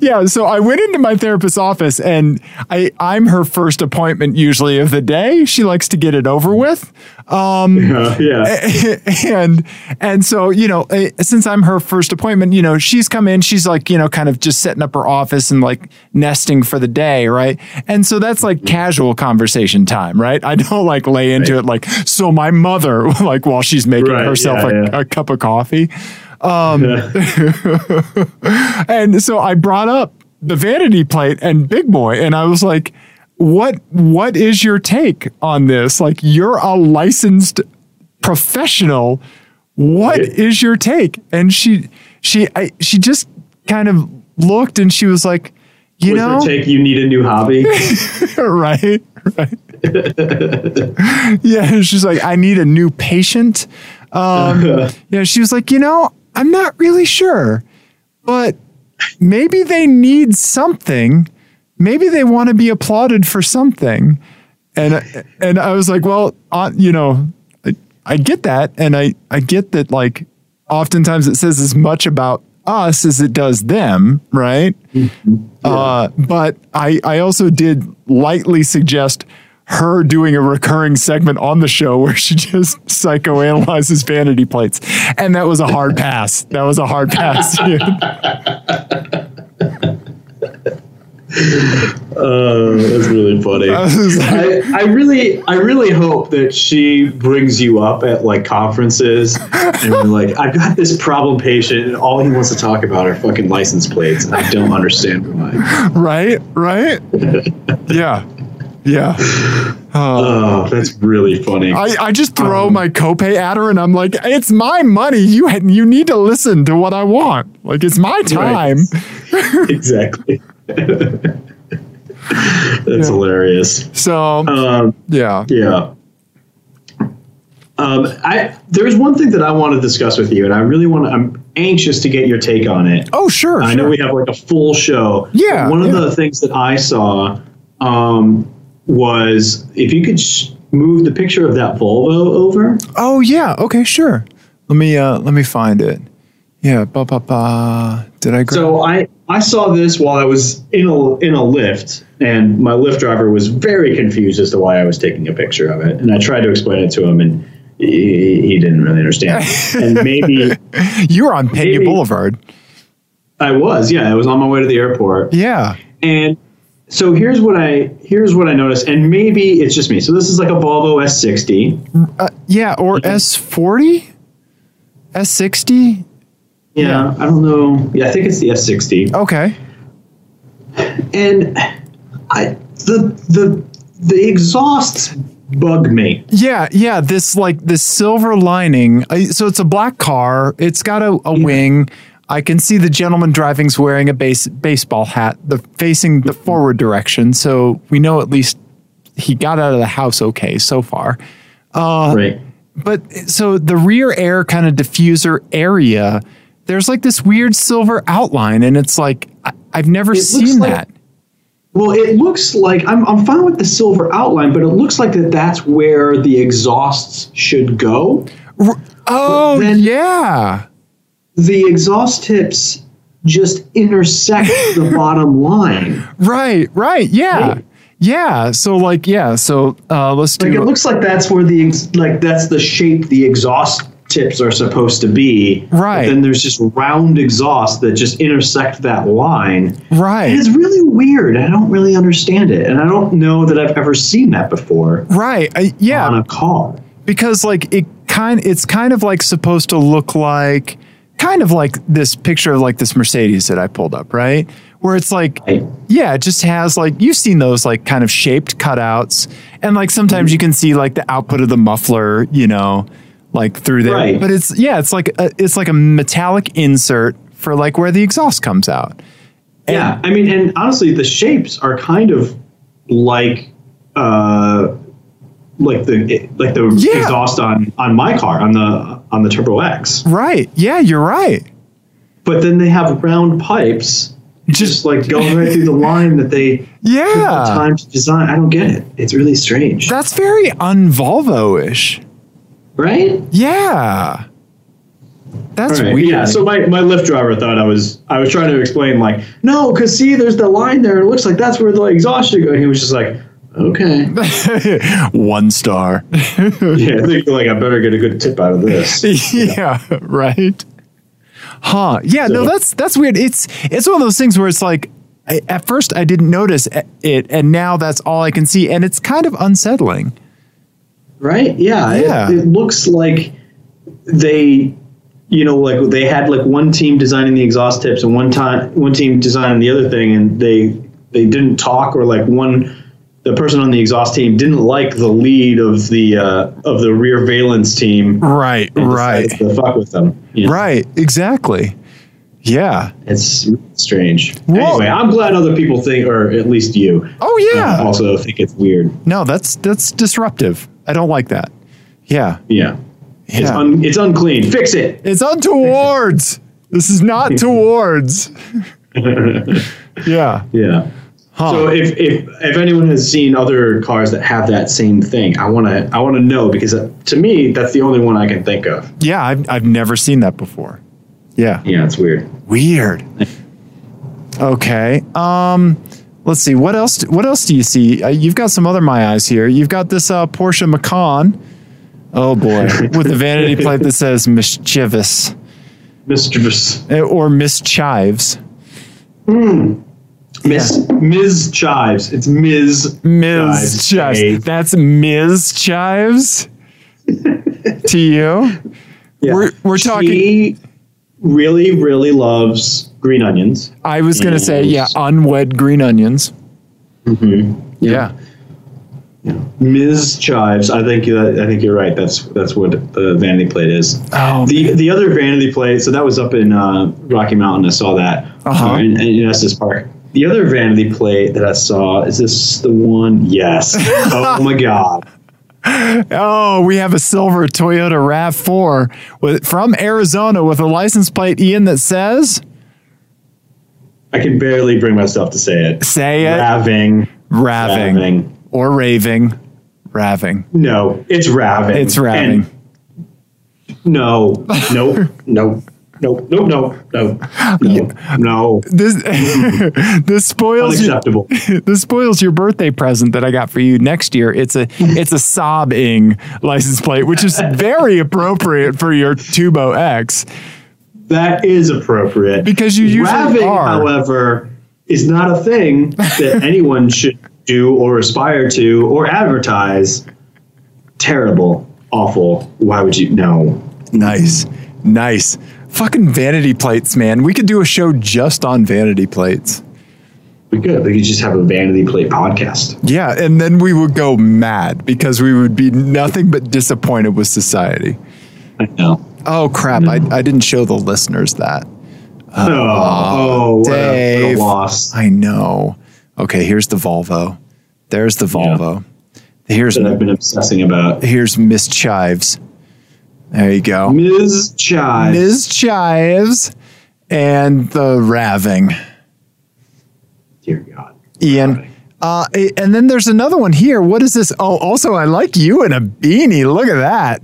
[SPEAKER 3] Yeah, so I went into my therapist's office and I I'm her first appointment usually of the day. She likes to get it over with. Um, [laughs]
[SPEAKER 4] Uh,
[SPEAKER 3] Eh,
[SPEAKER 4] yeah.
[SPEAKER 3] and and so you know eh, since i'm her first appointment you know she's come in she's like you know kind of just setting up her office and like nesting for the day right and so that's
[SPEAKER 4] Mm-hmm.
[SPEAKER 3] like casual conversation time right i don't like lay into it like so my mother [laughs] like while she's making
[SPEAKER 4] Right,
[SPEAKER 3] herself
[SPEAKER 4] yeah,
[SPEAKER 3] a,
[SPEAKER 4] yeah.
[SPEAKER 3] a cup of coffee Um, [laughs] and so I brought up the vanity plate and Big Boy, and I was like, "What? What is your take on this? Like, you're a licensed professional. What is your take?" And she, she, I, she just kind of looked, and she was like, "You
[SPEAKER 4] Was
[SPEAKER 3] know,
[SPEAKER 4] there take you need a new
[SPEAKER 3] [laughs]
[SPEAKER 4] hobby?
[SPEAKER 3] right, right." [laughs] yeah, she's like, "I need a new patient." Um, Yeah, she was like, you know, I'm not really sure, but maybe they need something maybe they want to be applauded for something. And and I was like, well, uh, you know, I, I get that, and I I get that. Like, oftentimes it says as much about us as it does them, right? Uh, but I I also did lightly suggest her doing a recurring segment on the show where she [laughs] just psychoanalyzes vanity plates, and that was a hard pass. That was a hard
[SPEAKER 4] [laughs]
[SPEAKER 3] pass. [laughs] dude.
[SPEAKER 4] Uh, that's really funny. I, I really, I really hope that she brings you up at like conferences and you're like, I've got this problem patient, and all he wants to talk about are fucking license plates, and I don't understand why.
[SPEAKER 3] right right yeah yeah
[SPEAKER 4] Oh, that's really funny.
[SPEAKER 3] I, I just
[SPEAKER 4] Um,
[SPEAKER 3] throw my copay at her and i'm like it's my money you ha- you need to listen to what i want like it's my
[SPEAKER 4] [laughs]
[SPEAKER 3] time
[SPEAKER 4] exactly. that's hilarious.
[SPEAKER 3] so
[SPEAKER 4] Um,
[SPEAKER 3] yeah
[SPEAKER 4] Yeah. Um, I there's one thing that I want to discuss with you, and I really want. to I'm anxious to get your take on it.
[SPEAKER 3] oh sure,
[SPEAKER 4] I know
[SPEAKER 3] sure.
[SPEAKER 4] we have like a full show.
[SPEAKER 3] Yeah,
[SPEAKER 4] One of
[SPEAKER 3] yeah.
[SPEAKER 4] the things that I saw um, was if you could sh- move the picture of that Volvo over.
[SPEAKER 3] oh yeah okay sure let me uh let me find it yeah ba ba ba did i grab
[SPEAKER 4] So I I saw this while I was in a in a lift, and my lift driver was very confused as to why I was taking a picture of it, and I tried to explain it to him, and he, he didn't really
[SPEAKER 3] [laughs]
[SPEAKER 4] understand. and maybe
[SPEAKER 3] you were on Pena
[SPEAKER 4] Maybe-
[SPEAKER 3] boulevard
[SPEAKER 4] I was, yeah, I was on my way to the airport.
[SPEAKER 3] yeah
[SPEAKER 4] And so here's what I here's what I noticed, and maybe it's just me. So this is like a Volvo S60.
[SPEAKER 3] uh, yeah or s40 s60
[SPEAKER 4] Yeah, I don't know. Yeah, I think it's the S60.
[SPEAKER 3] okay
[SPEAKER 4] And I the the the exhausts bug me.
[SPEAKER 3] Yeah, yeah. This like this silver lining. I, so it's a black car. It's got a, a wing. I can see the gentleman driving's wearing a base baseball hat, the facing the forward direction. So we know at least he got out of the house okay so far.
[SPEAKER 4] right.
[SPEAKER 3] But so the rear air kind of diffuser area, there's like this weird silver outline, and it's like I, I've never
[SPEAKER 4] looks
[SPEAKER 3] seen
[SPEAKER 4] like-
[SPEAKER 3] that.
[SPEAKER 4] Well, it looks like I'm I'm fine with the silver outline, but it looks like that that's where the exhausts should go.
[SPEAKER 3] Oh
[SPEAKER 4] then-
[SPEAKER 3] yeah,
[SPEAKER 4] The exhaust tips just intersect the bottom line.
[SPEAKER 3] right, right, yeah.
[SPEAKER 4] Right.
[SPEAKER 3] Yeah, so like yeah, so uh let's do
[SPEAKER 4] Like it looks like that's where the ex- like that's the shape the exhaust tips are supposed to be.
[SPEAKER 3] Right.
[SPEAKER 4] But then there's just round exhausts that just intersect that line. And
[SPEAKER 3] Right.
[SPEAKER 4] it's really weird. I don't really understand it, and I don't know that I've ever seen that before
[SPEAKER 3] Right. I, yeah,
[SPEAKER 4] on a car.
[SPEAKER 3] because like it kind it's kind of like supposed to look like kind of like this picture of like this Mercedes that I pulled up, right? Where it's like
[SPEAKER 4] Right.
[SPEAKER 3] yeah, it just has like you've seen those like kind of shaped cutouts and like sometimes
[SPEAKER 4] Mm-hmm.
[SPEAKER 3] you can see like the output of the muffler, you know, like through there.
[SPEAKER 4] Right.
[SPEAKER 3] But it's yeah, it's like a, it's like a metallic insert for like where the exhaust comes out.
[SPEAKER 4] yeah, I mean, and honestly, the shapes are kind of like. Uh, like the like the
[SPEAKER 3] Yeah.
[SPEAKER 4] exhaust on on my car on the on the Turbo X.
[SPEAKER 3] Right. Yeah, you're right.
[SPEAKER 4] but then they have round pipes just like going right through the line that they took the
[SPEAKER 3] [laughs] Yeah.
[SPEAKER 4] time to design. I don't get it. It's really strange,
[SPEAKER 3] That's very unvolvo-ish.
[SPEAKER 4] right?
[SPEAKER 3] Yeah. That's weird.
[SPEAKER 4] Yeah. So my, my lift driver thought I was I was trying to explain like no, because see, there's the line there. It looks like that's where the exhaust should go. And he was just like, okay. [laughs]
[SPEAKER 3] [laughs] One star.
[SPEAKER 4] yeah, I think like I better get a good tip out of this.
[SPEAKER 3] [laughs] yeah, right. Huh. Yeah, no,
[SPEAKER 4] So-
[SPEAKER 3] that's that's weird. It's it's one of those things where it's like I, at first I didn't notice a- it and now that's all I can see and it's kind of unsettling.
[SPEAKER 4] right? Yeah. it-
[SPEAKER 3] Yeah.
[SPEAKER 4] It, looks like they, you know, like they had like one team designing the exhaust tips and one time one team designing the other thing, and they they didn't talk or like one the person on the exhaust team didn't like the lead of the uh, of the rear valence team.
[SPEAKER 3] Right,
[SPEAKER 4] and decided To fuck with them. you know?
[SPEAKER 3] Right, exactly. Yeah.
[SPEAKER 4] It's strange.
[SPEAKER 3] Whoa.
[SPEAKER 4] Anyway, I'm glad other people think, or at least you,
[SPEAKER 3] Oh
[SPEAKER 4] uh,
[SPEAKER 3] yeah.
[SPEAKER 4] also think it's weird.
[SPEAKER 3] No, that's that's disruptive. I don't like that. Yeah.
[SPEAKER 4] Yeah. It's,
[SPEAKER 3] Yeah.
[SPEAKER 4] un- it's unclean. Fix it.
[SPEAKER 3] It's [laughs] untowards. this is not towards. yeah.
[SPEAKER 4] Yeah.
[SPEAKER 3] Huh.
[SPEAKER 4] So if, if if anyone has seen other cars that have that same thing, I want to I want to know because uh, to me that's the only one I can think of.
[SPEAKER 3] yeah, I've, I've never seen that before. Yeah.
[SPEAKER 4] Yeah, it's weird.
[SPEAKER 3] Weird. Okay. Um, let's see. What else? What else do you see? Uh, you've got some other my eyes here. You've got this uh, Porsche Macan. Oh [laughs] boy, with the vanity plate that says mischievous
[SPEAKER 4] Mistress
[SPEAKER 3] eh, or mischives.
[SPEAKER 4] Miss Ms. Chives. It's Ms.
[SPEAKER 3] Ms. Chives.
[SPEAKER 4] Hey.
[SPEAKER 3] That's Ms. [laughs] Chives. to you,
[SPEAKER 4] Yeah.
[SPEAKER 3] We're- we're
[SPEAKER 4] She really really loves green onions.
[SPEAKER 3] I was gonna say, yeah,
[SPEAKER 4] Yes.
[SPEAKER 3] unwed green onions. Yeah.
[SPEAKER 4] Ms. Chives. I think you- I think you're right. That's that's what the vanity plate is.
[SPEAKER 3] Oh,
[SPEAKER 4] the the other vanity plate. So that was up in uh, Rocky Mountain. I saw that
[SPEAKER 3] Uh-huh.
[SPEAKER 4] uh, in, in Estes Park. The other vanity plate that I saw is this the one?
[SPEAKER 3] [laughs]
[SPEAKER 4] Yes. oh my god.
[SPEAKER 3] Oh, we have a silver Toyota RAV4 with, from Arizona with a license plate, Ian, that says,
[SPEAKER 4] I can barely bring myself to say it.
[SPEAKER 3] say it,
[SPEAKER 4] Raving.
[SPEAKER 3] raving, or raving, raving.
[SPEAKER 4] No, it's raving.
[SPEAKER 3] It's raving.
[SPEAKER 4] And
[SPEAKER 3] [laughs]
[SPEAKER 4] no. Nope. nope. Nope. Nope. Nope. Nope. No. No.
[SPEAKER 3] This, [laughs] this spoils your, [laughs]
[SPEAKER 4] Unacceptable.
[SPEAKER 3] this spoils your birthday present that I got for you next year. It's a it's a sobbing license plate, which is very appropriate for your Tubo X.
[SPEAKER 4] That is appropriate.
[SPEAKER 3] Because you usually
[SPEAKER 4] Raving,
[SPEAKER 3] are.
[SPEAKER 4] however, is not a thing
[SPEAKER 3] [laughs]
[SPEAKER 4] that anyone should do or aspire to or advertise. Terrible, awful. Why would you? No.
[SPEAKER 3] Nice, nice. Fucking vanity plates, man. We could do a show just on vanity plates.
[SPEAKER 4] We could. We could just have a vanity plate podcast.
[SPEAKER 3] Yeah, and then we would go mad because we would be nothing but disappointed with society.
[SPEAKER 4] I know.
[SPEAKER 3] Oh crap! I, I didn't show the listeners that.
[SPEAKER 4] Oh, oh what, a, what a
[SPEAKER 3] Dave.
[SPEAKER 4] loss
[SPEAKER 3] I know. Okay, here's the Volvo. There's the Volvo. Here's
[SPEAKER 4] that I've been obsessing about.
[SPEAKER 3] here's Miss Chives. There you go,
[SPEAKER 4] Ms. Chives.
[SPEAKER 3] Ms. Chives, and the Raving.
[SPEAKER 4] Dear God.
[SPEAKER 3] Ian. Uh, a- and then there's another one here. What is this? Oh, also, I like you in a beanie. Look at that.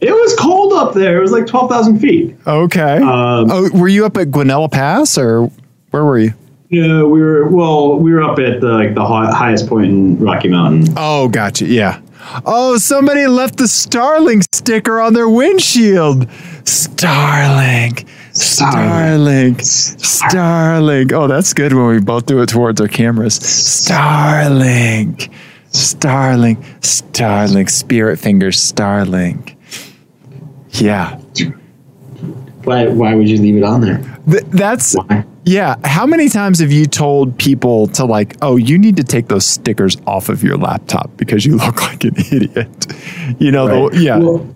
[SPEAKER 4] It was cold up there. It was like 12,000 feet.
[SPEAKER 3] Okay.
[SPEAKER 4] Um,
[SPEAKER 3] oh, were you up at Guanella Pass or where were you?
[SPEAKER 4] yeah, we were, well, we were up at the, like the hi- highest point in Rocky Mountain.
[SPEAKER 3] Oh, gotcha. Yeah. Oh, somebody left the Starlink sticker on their windshield. Starlink. Starlink. Starlink. Oh, that's good when we both do it towards our cameras. Starlink. Starlink. Starlink. Spirit fingers. Starlink. Yeah.
[SPEAKER 4] Why, why would you leave it on there?
[SPEAKER 3] Th- that's
[SPEAKER 4] Why?
[SPEAKER 3] yeah. How many times have you told people to like, oh, you need to take those stickers off of your laptop because you [laughs] look like an idiot? You know, the, yeah,
[SPEAKER 4] Well,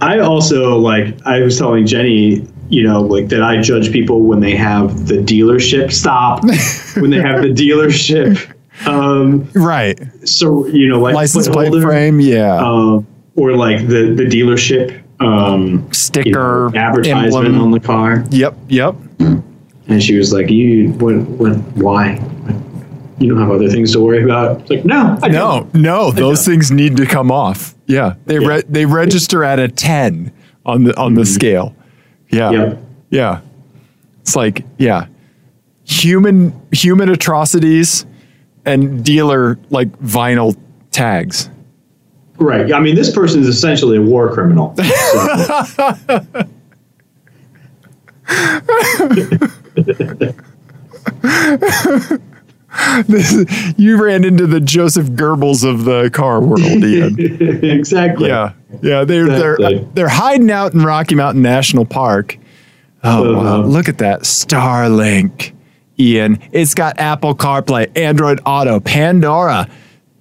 [SPEAKER 4] I also like I was telling Jenny, you know, like that I judge people when they have the dealership
[SPEAKER 3] [laughs]
[SPEAKER 4] stop, when they have the dealership, um,
[SPEAKER 3] right.
[SPEAKER 4] so you know, like
[SPEAKER 3] License plate
[SPEAKER 4] holder,
[SPEAKER 3] frame, yeah,
[SPEAKER 4] um, or like the the dealership um, you know,
[SPEAKER 3] sticker,
[SPEAKER 4] advertisement
[SPEAKER 3] emblem.
[SPEAKER 4] on the car,
[SPEAKER 3] Yep, yep.
[SPEAKER 4] and she was like, "You what what why?" You don't have other things to worry about. It's like, no, [laughs] I
[SPEAKER 3] No, no, those things need to come off. Yeah, they
[SPEAKER 4] Yeah.
[SPEAKER 3] Re- they register at a ten on the on the scale. Yeah,
[SPEAKER 4] don't. Yep.
[SPEAKER 3] yeah. It's like yeah, human human atrocities and dealer like vinyl tags. [laughs]
[SPEAKER 4] Right. I mean, this person is essentially a war
[SPEAKER 3] [laughs]
[SPEAKER 4] criminal. So.
[SPEAKER 3] you ran into the Joseph Goebbels of the car world, Ian.
[SPEAKER 4] exactly.
[SPEAKER 3] yeah, yeah. They're they're
[SPEAKER 4] Exactly.
[SPEAKER 3] they're hiding out in Rocky Mountain National Park. Oh, wow.
[SPEAKER 4] Uh-huh.
[SPEAKER 3] look at that Starlink, Ian. It's got Apple CarPlay, Android Auto, Pandora,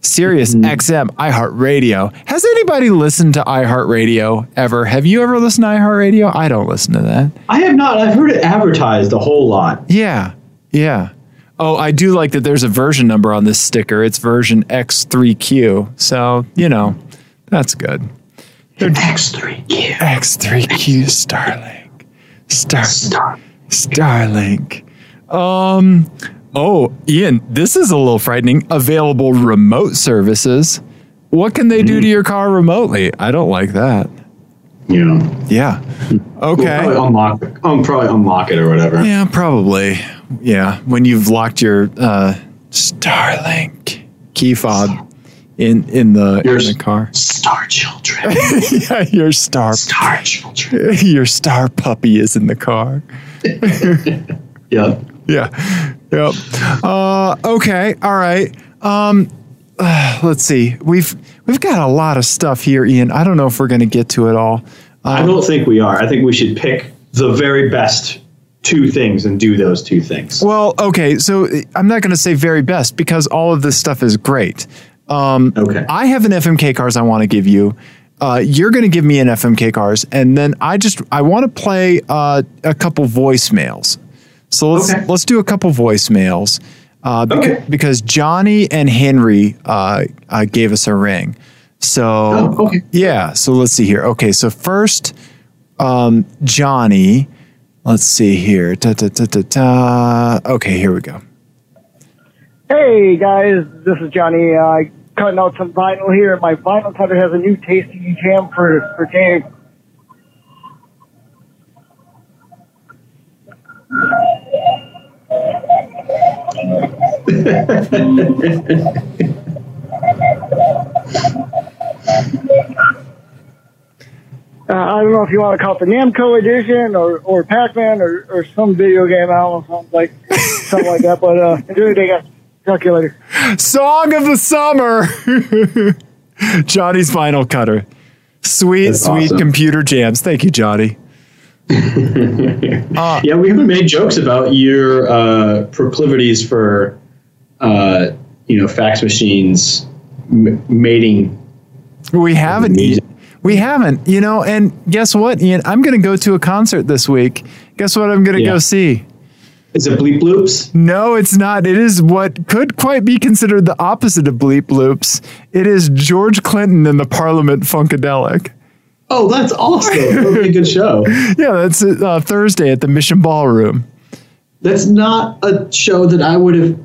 [SPEAKER 3] Sirius
[SPEAKER 4] Mm-hmm.
[SPEAKER 3] XM, iHeartRadio. Has anybody listened to iHeartRadio ever? Have you ever listened to iHeartRadio? I don't listen to that.
[SPEAKER 4] I have not. I've heard it advertised a whole lot.
[SPEAKER 3] Yeah. Yeah. Oh, I do like that there's a version number on this sticker. It's version X3Q. So, you know, that's good.
[SPEAKER 4] X3Q.
[SPEAKER 3] X3Q Starlink. Star
[SPEAKER 4] Stop.
[SPEAKER 3] Starlink. Um Oh, Ian, this is a little frightening. Available remote services. What can they do to your car remotely? I don't like that.
[SPEAKER 4] You know,
[SPEAKER 3] Yeah.
[SPEAKER 4] We'll
[SPEAKER 3] Okay.
[SPEAKER 4] probably unlock, um, probably unlock it or whatever.
[SPEAKER 3] Yeah, probably. Yeah, when you've locked your uh, Starlink key fob in in the
[SPEAKER 4] Your
[SPEAKER 3] in the car. [laughs]
[SPEAKER 4] Star children,
[SPEAKER 3] yeah, your star
[SPEAKER 4] star children.
[SPEAKER 3] your star puppy is in the car.
[SPEAKER 4] Yeah.
[SPEAKER 3] [laughs] Yeah. Yep. Uh, okay. All right. Um, uh, let's see. We've we've got a lot of stuff here, Ian. I don't know if we're going to get to it all.
[SPEAKER 4] I don't think we are. I think we should pick the very best two things and do those two things.
[SPEAKER 3] Well, okay. So uh, I'm not going to say very best because all of this stuff is great.
[SPEAKER 4] okay.
[SPEAKER 3] I have an FMK cars I want to give you. Uh, you're going to give me an FMK cars, and then I just I want to play uh, a couple voicemails. So let's
[SPEAKER 4] Okay.
[SPEAKER 3] let's do a couple voicemails uh, beca-
[SPEAKER 4] Okay.
[SPEAKER 3] because Johnny and Henry uh, uh, gave us a ring. So
[SPEAKER 4] Oh, okay.
[SPEAKER 3] yeah, so let's see here. Okay, so first um, Johnny. Let's see here. Da, da, da, da, da. Okay, here we go.
[SPEAKER 5] Hey guys, this is Johnny. Uh, cutting out some vinyl here. My vinyl cutter has a new tasty jam for for Dave. Uh, I don't know if you want to call it the Namco edition or, or Pac-Man or, or some video game. I don't know, something like something like that. But uh, [laughs] enjoy your day, guys. Talk to you later.
[SPEAKER 3] Song of the summer. [laughs] Johnny's vinyl cutter. Sweet,
[SPEAKER 4] That's
[SPEAKER 3] sweet
[SPEAKER 4] awesome.
[SPEAKER 3] computer jams. Thank you, Johnny.
[SPEAKER 4] yeah, we haven't made jokes about your uh, proclivities for, uh, you know, fax machines m- mating.
[SPEAKER 3] We haven't.
[SPEAKER 4] Amazing.
[SPEAKER 3] We haven't. You know, and guess what, Ian? I'm going to go to a concert this week. Guess what I'm going to
[SPEAKER 4] Yeah.
[SPEAKER 3] go see?
[SPEAKER 4] Is it bleep bloops?
[SPEAKER 3] No, it's not. It is what could quite be considered the opposite of bleep loops. It is George Clinton and the Parliament Funkadelic.
[SPEAKER 4] Oh, that's awesome. That would be a good
[SPEAKER 3] [laughs]
[SPEAKER 4] show.
[SPEAKER 3] Yeah, that's uh, Thursday at the Mission Ballroom.
[SPEAKER 4] That's not a show that I would have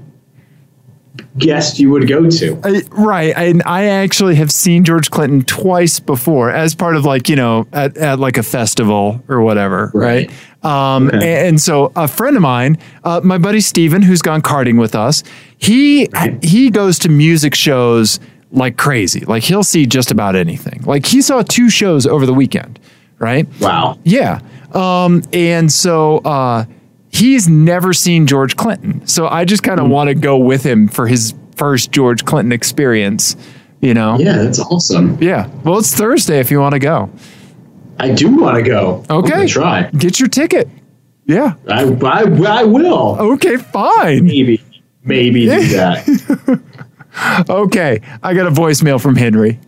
[SPEAKER 4] guessed you would go to.
[SPEAKER 3] I, right, and I actually have seen George Clinton twice before as part of like you know at, at like a festival or whatever, right?
[SPEAKER 4] Right.
[SPEAKER 3] Um, and,
[SPEAKER 4] Okay.
[SPEAKER 3] and so a friend of mine, uh, my buddy Steven, who's gone karting with us, he he goes to music shows like crazy. Like he'll see just about anything. Like he saw two shows over the weekend, right?
[SPEAKER 4] Wow.
[SPEAKER 3] Yeah. Um, and so uh, he's never seen George Clinton. So I just kind of want to go with him for his first George Clinton experience, you know?
[SPEAKER 4] Yeah, that's awesome.
[SPEAKER 3] Yeah. Well, it's Thursday if you want to go.
[SPEAKER 4] I do want to go. I'm
[SPEAKER 3] Okay.
[SPEAKER 4] gonna try.
[SPEAKER 3] Get your ticket. Yeah.
[SPEAKER 4] I, I, I will.
[SPEAKER 3] Okay, fine.
[SPEAKER 4] Maybe. Maybe do
[SPEAKER 3] [laughs]
[SPEAKER 4] that.
[SPEAKER 3] Okay. I got a voicemail from Henry.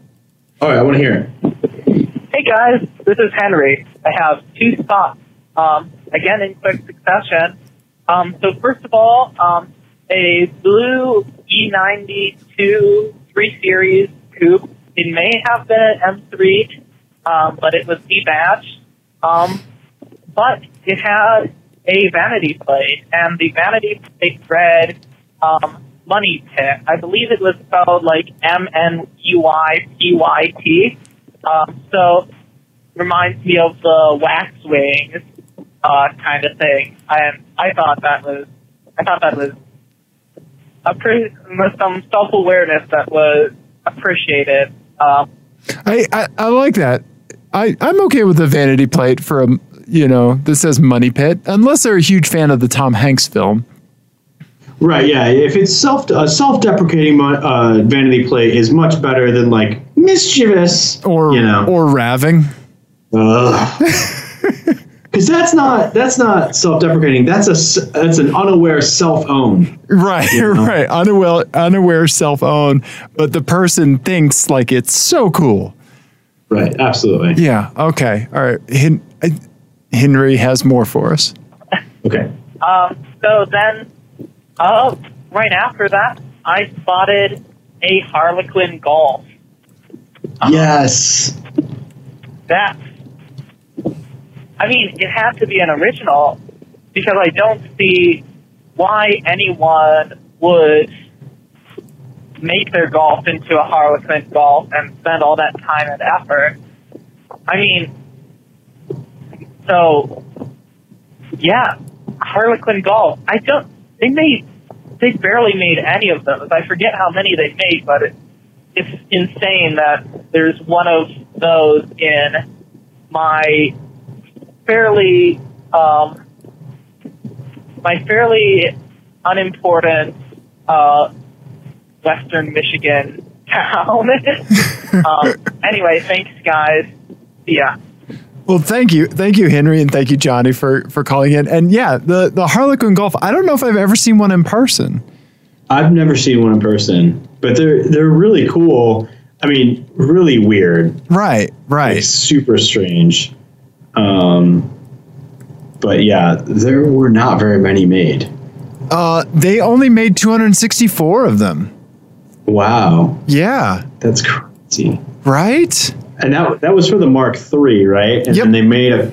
[SPEAKER 4] All right, I want to hear it.
[SPEAKER 6] Hey guys, this is Henry. I have two spots, um, again in quick succession. Um, so first of all, um, a blue E E92 3 Series coupe. It may have been an M3, um, but it was debadged. Um, but it had a vanity plate, and the vanity plate read um, money pit. I believe it was spelled like M N U I P Y T. Um, so reminds me of the wax wings uh, kind of thing. And I thought that was I thought that was a pretty some self awareness that was appreciated. Um,
[SPEAKER 3] I, I, I like that. I, I'm okay with a vanity plate for a, you know, that says Money Pit, unless they're a huge fan of the Tom Hanks film.
[SPEAKER 4] Right, yeah. If it's self uh, self deprecating, uh, vanity plate is much better than like mischievous
[SPEAKER 3] Or,
[SPEAKER 4] you know,
[SPEAKER 3] or Raving. [laughs]
[SPEAKER 4] because that's not that's not self deprecating. That's a s- that's an unaware self own.
[SPEAKER 3] Right, right. Unaware, unaware self own, but the person thinks like it's so cool.
[SPEAKER 4] Right, absolutely.
[SPEAKER 3] Yeah. Okay. All right. Hen- I- Henry has more for us.
[SPEAKER 4] Okay.
[SPEAKER 6] Um, so then, uh, right after that, I spotted a Harlequin golf.
[SPEAKER 4] Yes.
[SPEAKER 6] That, I mean, it had to be an original because I don't see why anyone would make their golf into a Harlequin golf and spend all that time and effort. I mean, so yeah, Harlequin golf. I don't. They made. They barely made any of those. I forget how many they made, but it, it's insane that there's one of those in my fairly um, my fairly unimportant uh, Western Michigan [laughs] town. um, anyway, thanks guys. See ya.
[SPEAKER 3] Well, thank you, thank you, Henry, and thank you, Johnny, for for calling in. And yeah, the the Harlequin golf. I don't know if I've ever seen one in person.
[SPEAKER 4] I've never seen one in person, but they're they're really cool. I mean, really weird.
[SPEAKER 3] Right, right.
[SPEAKER 4] It's super strange. Um, but yeah, there were not very many made.
[SPEAKER 3] Uh, they only made 264 of them.
[SPEAKER 4] Wow,
[SPEAKER 3] Yeah,
[SPEAKER 4] that's crazy.
[SPEAKER 3] right.
[SPEAKER 4] And that that was for the Mark III, right? And
[SPEAKER 3] Yep.
[SPEAKER 4] then they made a.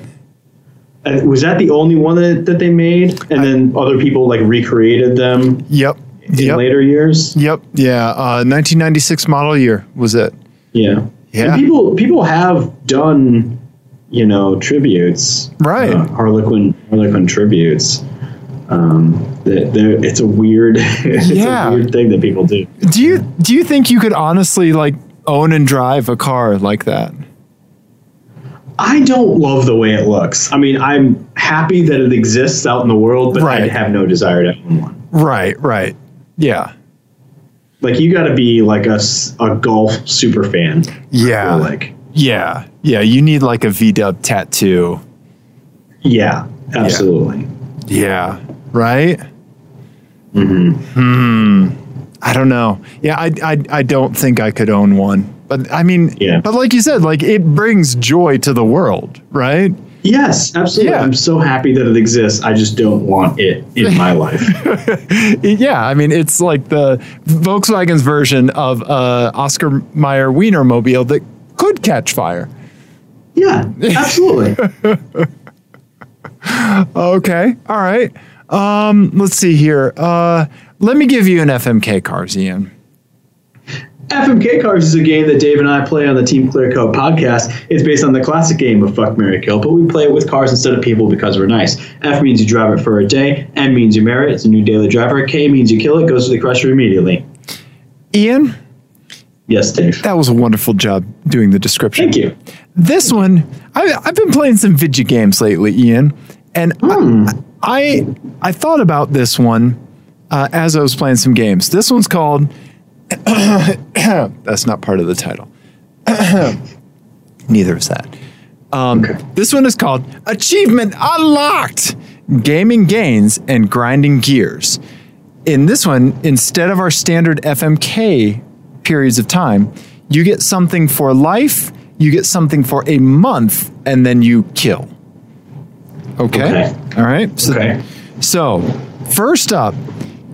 [SPEAKER 4] uh, Was that the only one that, that they made? And then other people like recreated them
[SPEAKER 3] Yep.
[SPEAKER 4] in
[SPEAKER 3] Yep.
[SPEAKER 4] later years.
[SPEAKER 3] Yep. Yeah. Uh, 1996 model year was it?
[SPEAKER 4] Yeah.
[SPEAKER 3] Yeah.
[SPEAKER 4] And people people have done, you know, tributes.
[SPEAKER 3] Right.
[SPEAKER 4] Uh, Harlequin Harlequin tributes. Um, that they're- it's a weird [laughs] it's
[SPEAKER 3] Yeah.
[SPEAKER 4] a weird thing that people do.
[SPEAKER 3] Do you do you think you could honestly like own and drive a car like that?
[SPEAKER 4] I don't love the way it looks. I mean, I'm happy that it exists out in the world, but
[SPEAKER 3] Right.
[SPEAKER 4] I have no desire to own one.
[SPEAKER 3] Right. Right. Yeah.
[SPEAKER 4] Like you got to be like a, s- a golf super fan.
[SPEAKER 3] Yeah.
[SPEAKER 4] Or, like
[SPEAKER 3] Yeah. Yeah. You need like a V Dub tattoo.
[SPEAKER 4] yeah, absolutely.
[SPEAKER 3] Yeah. Right? Mm-hmm. I don't know. Yeah, I, I I don't think I could own one. But I mean
[SPEAKER 4] Yeah.
[SPEAKER 3] but like you said, like it brings joy to the world, right?
[SPEAKER 4] Yes, absolutely.
[SPEAKER 3] Yeah.
[SPEAKER 4] I'm so happy that it exists. I just don't want it
[SPEAKER 3] [laughs]
[SPEAKER 4] in my life.
[SPEAKER 3] yeah, I mean it's like the Volkswagen's version of uh Oscar Mayer Wiener mobile that could catch fire.
[SPEAKER 4] Yeah, absolutely. [laughs]
[SPEAKER 3] Okay. All right. Um let's see here. Uh let me give you an FMK cars, Ian.
[SPEAKER 4] FMK Cards is a game that Dave and I play on the Team Clear Coat podcast. It's based on the classic game of Fuck Mary Kill, but we play it with cars instead of people because we're nice. F means you drive it for a day, M means you marry it, it's a new daily driver, K means you kill it, goes to the crusher immediately.
[SPEAKER 3] Ian,
[SPEAKER 4] Yes, Dave.
[SPEAKER 3] that was a wonderful job doing the description.
[SPEAKER 4] Thank you.
[SPEAKER 3] This one, I, I've been playing some video games lately, Ian, and I, I I thought about this one uh, as I was playing some games. This one's called. [coughs] that's not part of the title. [coughs] Neither is that. Um, This one is called Achievement Unlocked: Gaming Gains and Grinding Gears. In this one, instead of our standard FMK periods of time, you get something for life, you get something for a month, and then you kill. Okay.
[SPEAKER 4] Okay.
[SPEAKER 3] All right. So,
[SPEAKER 4] Okay.
[SPEAKER 3] so first up,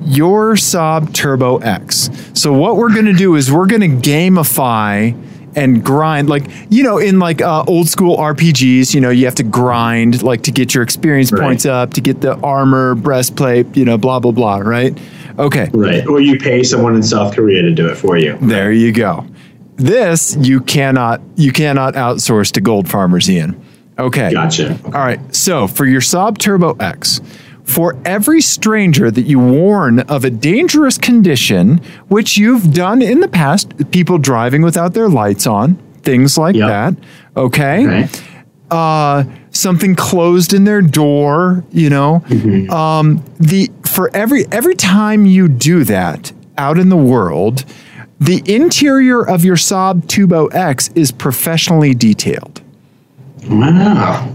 [SPEAKER 3] your Saab Turbo X. So what we're going to do is we're going to gamify and grind like you know in like uh, old school RPGs you know you have to grind like to get your experience
[SPEAKER 4] Right.
[SPEAKER 3] points up to get the armor breastplate you know blah blah blah right okay
[SPEAKER 4] Right. Or you pay someone in South Korea to do it for you.
[SPEAKER 3] there you go this you cannot you cannot outsource to gold farmers Ian okay
[SPEAKER 4] Gotcha.
[SPEAKER 3] all right. So for your Saab Turbo X, for every stranger that you warn of a dangerous condition, which you've done in the past, people driving without their lights on, things like
[SPEAKER 4] Yep.
[SPEAKER 3] that. Okay.
[SPEAKER 4] Okay.
[SPEAKER 3] Uh, something closed in their door. You know,
[SPEAKER 4] Mm-hmm.
[SPEAKER 3] um, the for every every time you do that out in the world, the interior of your Saab Turbo X is professionally detailed.
[SPEAKER 4] Wow.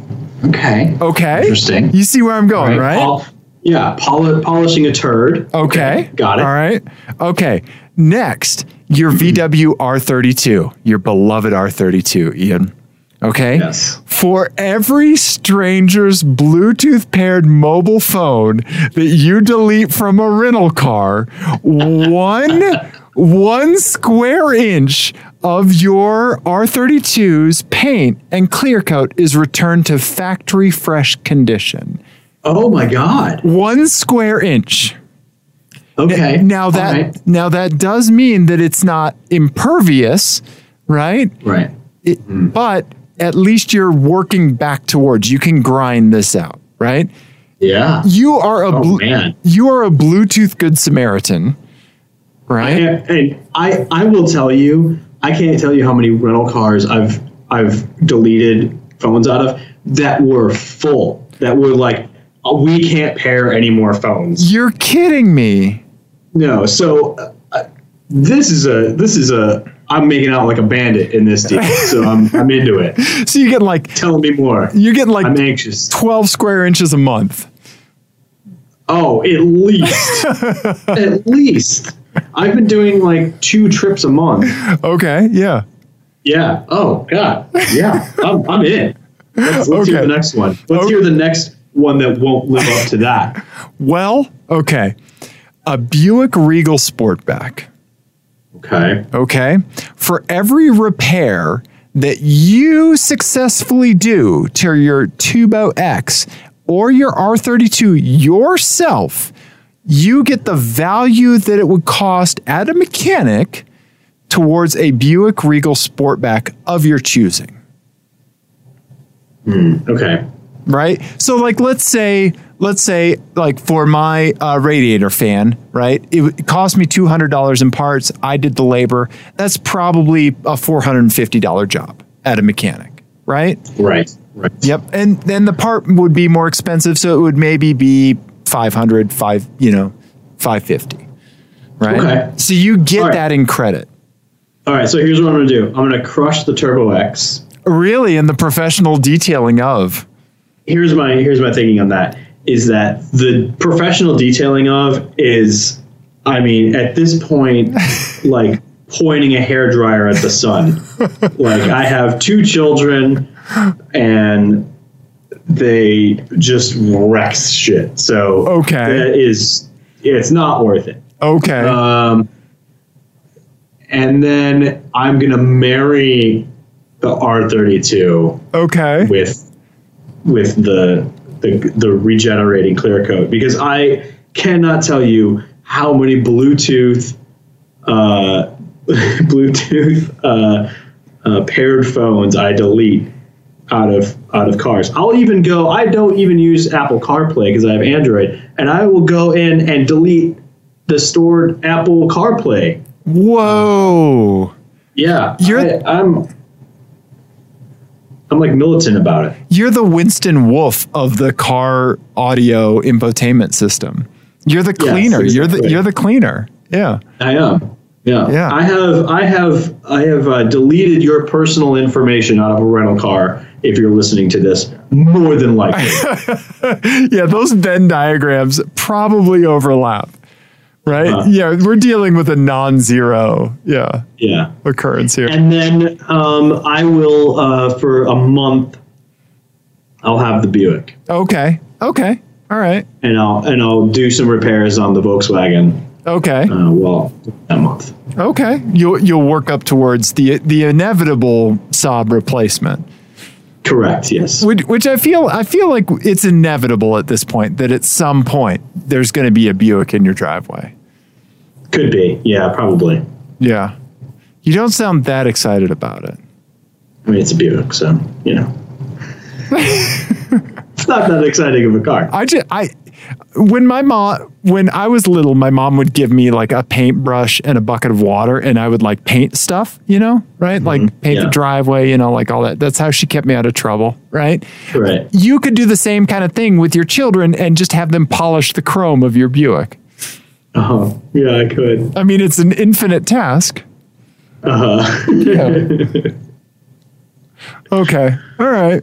[SPEAKER 4] Okay.
[SPEAKER 3] Okay.
[SPEAKER 4] Interesting.
[SPEAKER 3] You see where I'm going, right?
[SPEAKER 4] Pol- yeah. Poli- polishing a turd.
[SPEAKER 3] Okay.
[SPEAKER 4] Got it.
[SPEAKER 3] All right. Okay. Next, your VW R32, your beloved R32, Ian. Okay.
[SPEAKER 4] Yes.
[SPEAKER 3] For every stranger's Bluetooth paired mobile phone that you delete from a rental car,
[SPEAKER 4] [laughs]
[SPEAKER 3] one one square inch of your R32's paint and clear coat is returned to factory fresh condition.
[SPEAKER 4] Oh my god.
[SPEAKER 3] one square inch.
[SPEAKER 4] Okay.
[SPEAKER 3] Now
[SPEAKER 4] All
[SPEAKER 3] that
[SPEAKER 4] right.
[SPEAKER 3] now that does mean that it's not impervious, right?
[SPEAKER 4] right.
[SPEAKER 3] It,
[SPEAKER 4] Hmm.
[SPEAKER 3] But at least you're working back towards. You can grind this out, right?
[SPEAKER 4] Yeah.
[SPEAKER 3] You are a
[SPEAKER 4] Oh,
[SPEAKER 3] blu-
[SPEAKER 4] man.
[SPEAKER 3] you are a Bluetooth good Samaritan, right?
[SPEAKER 4] And, and I I will tell you, I can't tell you how many rental cars I've I've deleted phones out of that were full. That were like "Oh, we can't pair any more phones.
[SPEAKER 3] You're kidding me.
[SPEAKER 4] No. So uh, uh, this is a this is a I'm making out like a bandit in this deal. so I'm I'm into it.
[SPEAKER 3] So you get like
[SPEAKER 4] Tell me more.
[SPEAKER 3] you get like
[SPEAKER 4] I'm anxious.
[SPEAKER 3] 12 square inches a month.
[SPEAKER 4] Oh, at least. at least. I've been doing like two trips a month.
[SPEAKER 3] Okay, yeah.
[SPEAKER 4] Yeah. Oh God. Yeah. [laughs] I'm, I'm in. Let's, let's hear
[SPEAKER 3] Okay.
[SPEAKER 4] the next one. Let's
[SPEAKER 3] Okay.
[SPEAKER 4] hear the next one that won't live up to that.
[SPEAKER 3] Well, okay. A Buick Regal Sportback.
[SPEAKER 4] Okay.
[SPEAKER 3] Okay. For every repair that you successfully do to your Tubo X or your R32 yourself, you get the value that it would cost at a mechanic towards a Buick Regal Sportback of your choosing.
[SPEAKER 4] Okay.
[SPEAKER 3] right? So like let's say let's say like for my uh, radiator fan, right? It, w- it cost me two hundred dollars in parts. I did the labor. That's probably a four hundred and fifty dollar job at a mechanic, right?
[SPEAKER 4] Right. Right.
[SPEAKER 3] Yep. And then the part would be more expensive, so it would maybe be 500, five, you know, five fifty, right?
[SPEAKER 4] Okay.
[SPEAKER 3] So you get
[SPEAKER 4] All right.
[SPEAKER 3] that in credit.
[SPEAKER 4] All right. So here's what I'm gonna do. I'm gonna crush the Turbo X.
[SPEAKER 3] Really, in the professional detailing of
[SPEAKER 4] here's my here's my thinking on that is that the professional detailing of is i mean at this point like pointing a hairdryer at the sun like i have two children and they just wrecks shit so
[SPEAKER 3] Okay.
[SPEAKER 4] that is it's not worth it
[SPEAKER 3] okay,
[SPEAKER 4] um, and then i'm gonna marry the r32
[SPEAKER 3] okay,
[SPEAKER 4] with with the the, the regenerating clear coat because I cannot tell you how many Bluetooth uh, [laughs] Bluetooth uh, uh, paired phones I delete out of out of cars. I'll even go. I don't even use Apple CarPlay because I have Android, and I will go in and delete the stored Apple CarPlay.
[SPEAKER 3] whoa.
[SPEAKER 4] Yeah,
[SPEAKER 3] You're-
[SPEAKER 4] I, I'm I'm like militant about it.
[SPEAKER 3] You're the Winston Wolf of the car audio infotainment system. You're the
[SPEAKER 4] Yes,
[SPEAKER 3] cleaner. You're the
[SPEAKER 4] exactly.
[SPEAKER 3] you're the cleaner. Yeah.
[SPEAKER 4] I am. Yeah.
[SPEAKER 3] Yeah.
[SPEAKER 4] I have. I have. I have uh, deleted your personal information out of a rental car. If you're listening to this, more than likely.
[SPEAKER 3] Yeah, those Venn diagrams probably overlap. Right? Yeah, we're dealing with a non-zero, yeah,
[SPEAKER 4] yeah.
[SPEAKER 3] occurrence here.
[SPEAKER 4] And then um, I will uh, for a month. I'll have the Buick,
[SPEAKER 3] okay. Okay. All right.
[SPEAKER 4] and I'll and I'll do some repairs on the Volkswagen.
[SPEAKER 3] Okay.
[SPEAKER 4] Uh, well, that month.
[SPEAKER 3] Okay. You'll you'll work up towards the the inevitable Saab replacement.
[SPEAKER 4] Correct. Yes.
[SPEAKER 3] which, which I feel I feel like it's inevitable at this point that at some point there's going to be a Buick in your driveway.
[SPEAKER 4] Could be. Yeah. Probably.
[SPEAKER 3] Yeah, you don't sound that excited about it.
[SPEAKER 4] I mean, it's a Buick, so you know. it's not that exciting of a car.
[SPEAKER 3] I just I when my mom when I was little, my mom would give me like a paintbrush and a bucket of water, and I would like paint stuff, you know, right? Like paint
[SPEAKER 4] Mm-hmm. yeah.
[SPEAKER 3] the driveway, you know, like all that. That's how she kept me out of trouble, right?
[SPEAKER 4] Right.
[SPEAKER 3] You could do the same kind of thing with your children and just have them polish the chrome of your Buick.
[SPEAKER 4] Uh-huh. Yeah, I could.
[SPEAKER 3] I mean, it's an infinite task.
[SPEAKER 4] Uh-huh. [laughs]
[SPEAKER 3] Okay. All right.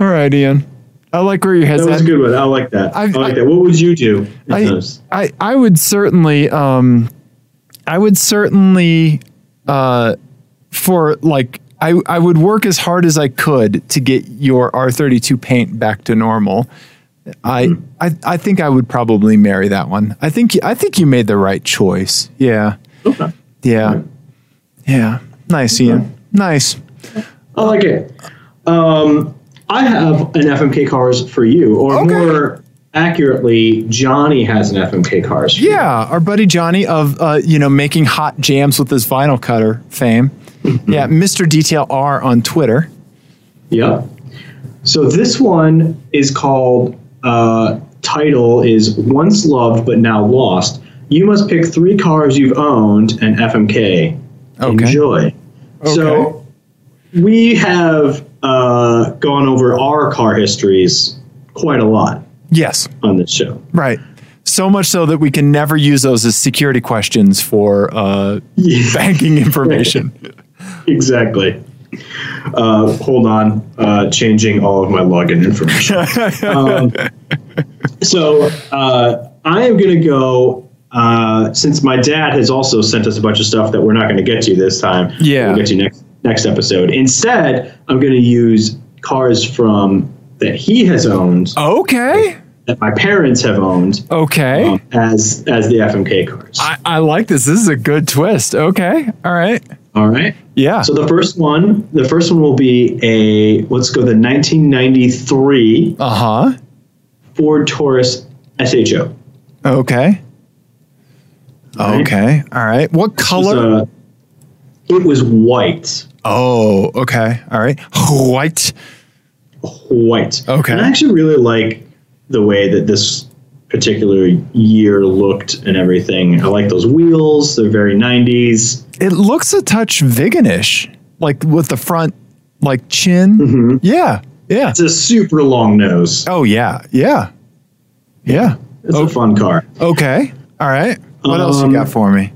[SPEAKER 3] All right, Ian. I like where your head's
[SPEAKER 4] that was a
[SPEAKER 3] at.
[SPEAKER 4] good one. I like that. I,
[SPEAKER 3] I've-
[SPEAKER 4] like
[SPEAKER 3] I-
[SPEAKER 4] that. What would you do? in
[SPEAKER 3] I,
[SPEAKER 4] those?
[SPEAKER 3] I I would certainly um I would certainly uh for like I I would work as hard as I could to get your R32 paint back to normal. I I I think I would probably marry that one. I think I think you made the right choice. Yeah. Yeah. Yeah. Nice, Ian. Nice.
[SPEAKER 4] I like it. Um, I have an FMK cars for you, or
[SPEAKER 3] Okay.
[SPEAKER 4] more accurately, Johnny has an FMK cars. feed.
[SPEAKER 3] Yeah, our buddy Johnny of uh, you know making hot jams with his vinyl cutter fame. yeah, Mr. Detail R on Twitter.
[SPEAKER 4] Yep. So this one is called uh, title is once loved but now lost. You must pick three cars you've owned and FMK.
[SPEAKER 3] Okay.
[SPEAKER 4] Enjoy. So we have uh, gone over our car histories quite a lot
[SPEAKER 3] Yes,
[SPEAKER 4] on this show.
[SPEAKER 3] right. So much so that we can never use those as security questions for
[SPEAKER 4] [laughs]
[SPEAKER 3] uh, banking information.
[SPEAKER 4] Exactly. Uh, hold on, uh, changing all of my login
[SPEAKER 3] [laughs]
[SPEAKER 4] information. um, so uh, I am going to go. Uh, since my dad has also sent us a bunch of stuff that we're not going to get to this time,
[SPEAKER 3] Yeah.
[SPEAKER 4] we'll get to next next episode. Instead, I'm going to use cars from that he has owned
[SPEAKER 3] Oh. okay.
[SPEAKER 4] that my parents have owned
[SPEAKER 3] Okay.
[SPEAKER 4] um, as as the FMK cars.
[SPEAKER 3] I, I like this. This is a good twist. Okay. All right.
[SPEAKER 4] all right.
[SPEAKER 3] Yeah.
[SPEAKER 4] So the first one, the first one will be a let's go the 1993
[SPEAKER 3] Uh huh.
[SPEAKER 4] Ford Taurus SHO.
[SPEAKER 3] Okay.
[SPEAKER 4] Right.
[SPEAKER 3] Okay. All right. What
[SPEAKER 4] It was,
[SPEAKER 3] color?
[SPEAKER 4] uh, it was white,
[SPEAKER 3] oh, okay. All right. White.
[SPEAKER 4] white.
[SPEAKER 3] Okay.
[SPEAKER 4] And I actually really like the way that this particular year looked and everything. I like those wheels; they're very 90s.
[SPEAKER 3] It looks a touch Viganish, like with the front, like chin.
[SPEAKER 4] Mm-hmm.
[SPEAKER 2] Yeah.
[SPEAKER 3] Yeah.
[SPEAKER 4] It's a super long nose.
[SPEAKER 3] Oh yeah. Yeah. Yeah.
[SPEAKER 4] It's a fun car.
[SPEAKER 3] Okay. All right. What else you
[SPEAKER 4] Um,
[SPEAKER 3] got for me?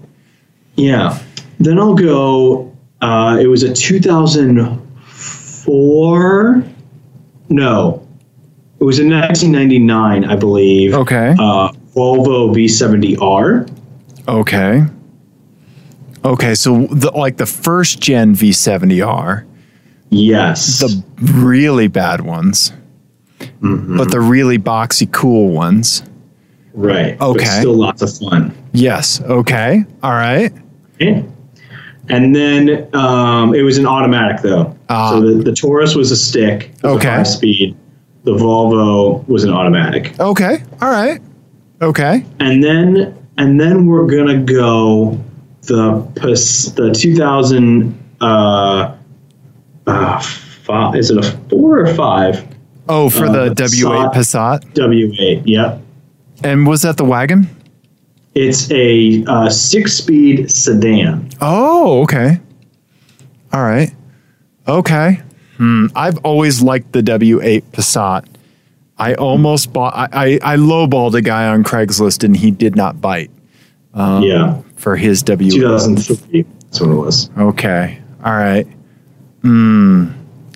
[SPEAKER 4] Yeah. Then I'll go. Uh, it was a 2004. No, it was in 1999, I believe.
[SPEAKER 3] Okay.
[SPEAKER 4] Uh, Volvo V70R.
[SPEAKER 3] Okay. Okay. So the, like the first gen V70R,
[SPEAKER 4] Yes.
[SPEAKER 3] the really bad ones, but the really boxy cool ones.
[SPEAKER 4] right.
[SPEAKER 3] okay.
[SPEAKER 4] But still lots of fun.
[SPEAKER 3] Yes. Okay. All right.
[SPEAKER 4] Okay. And then um, it was an automatic though.
[SPEAKER 3] Ah.
[SPEAKER 4] So the, the Taurus was a stick. It was
[SPEAKER 3] Okay.
[SPEAKER 4] A five speed. The Volvo was an automatic.
[SPEAKER 3] Okay. All right. Okay.
[SPEAKER 4] and then and then we're gonna go the pers- the 2000 uh, uh five, is it a four or five
[SPEAKER 3] Oh, for
[SPEAKER 4] Uh,
[SPEAKER 3] the W8 Passat.
[SPEAKER 4] w8 yep
[SPEAKER 3] And was that the wagon?
[SPEAKER 4] it's a uh, six speed sedan
[SPEAKER 3] Oh, okay. All right. Okay. Hmm. I've always liked the W8 Passat. I almost bought, I, I, I lowballed a guy on Craigslist and he did not bite
[SPEAKER 4] yeah
[SPEAKER 3] for his W8.
[SPEAKER 4] 2003 that's what it was
[SPEAKER 3] Okay. All right. Hmm.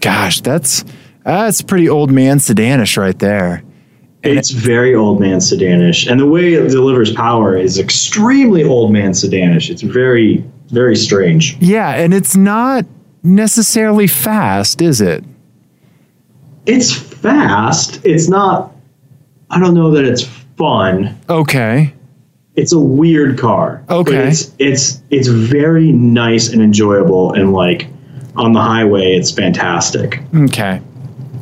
[SPEAKER 3] Gosh, that's, that's pretty old man sedanish right there.
[SPEAKER 4] it's very old man sedanish and the way it delivers power is extremely old man sedanish it's very very strange
[SPEAKER 3] Yeah. And it's not necessarily fast, is it?
[SPEAKER 4] it's fast it's not i don't know that it's fun
[SPEAKER 3] Okay.
[SPEAKER 4] it's a weird car. but
[SPEAKER 3] Okay.
[SPEAKER 4] it's it's it's very nice and enjoyable and like on the highway it's fantastic.
[SPEAKER 3] Okay.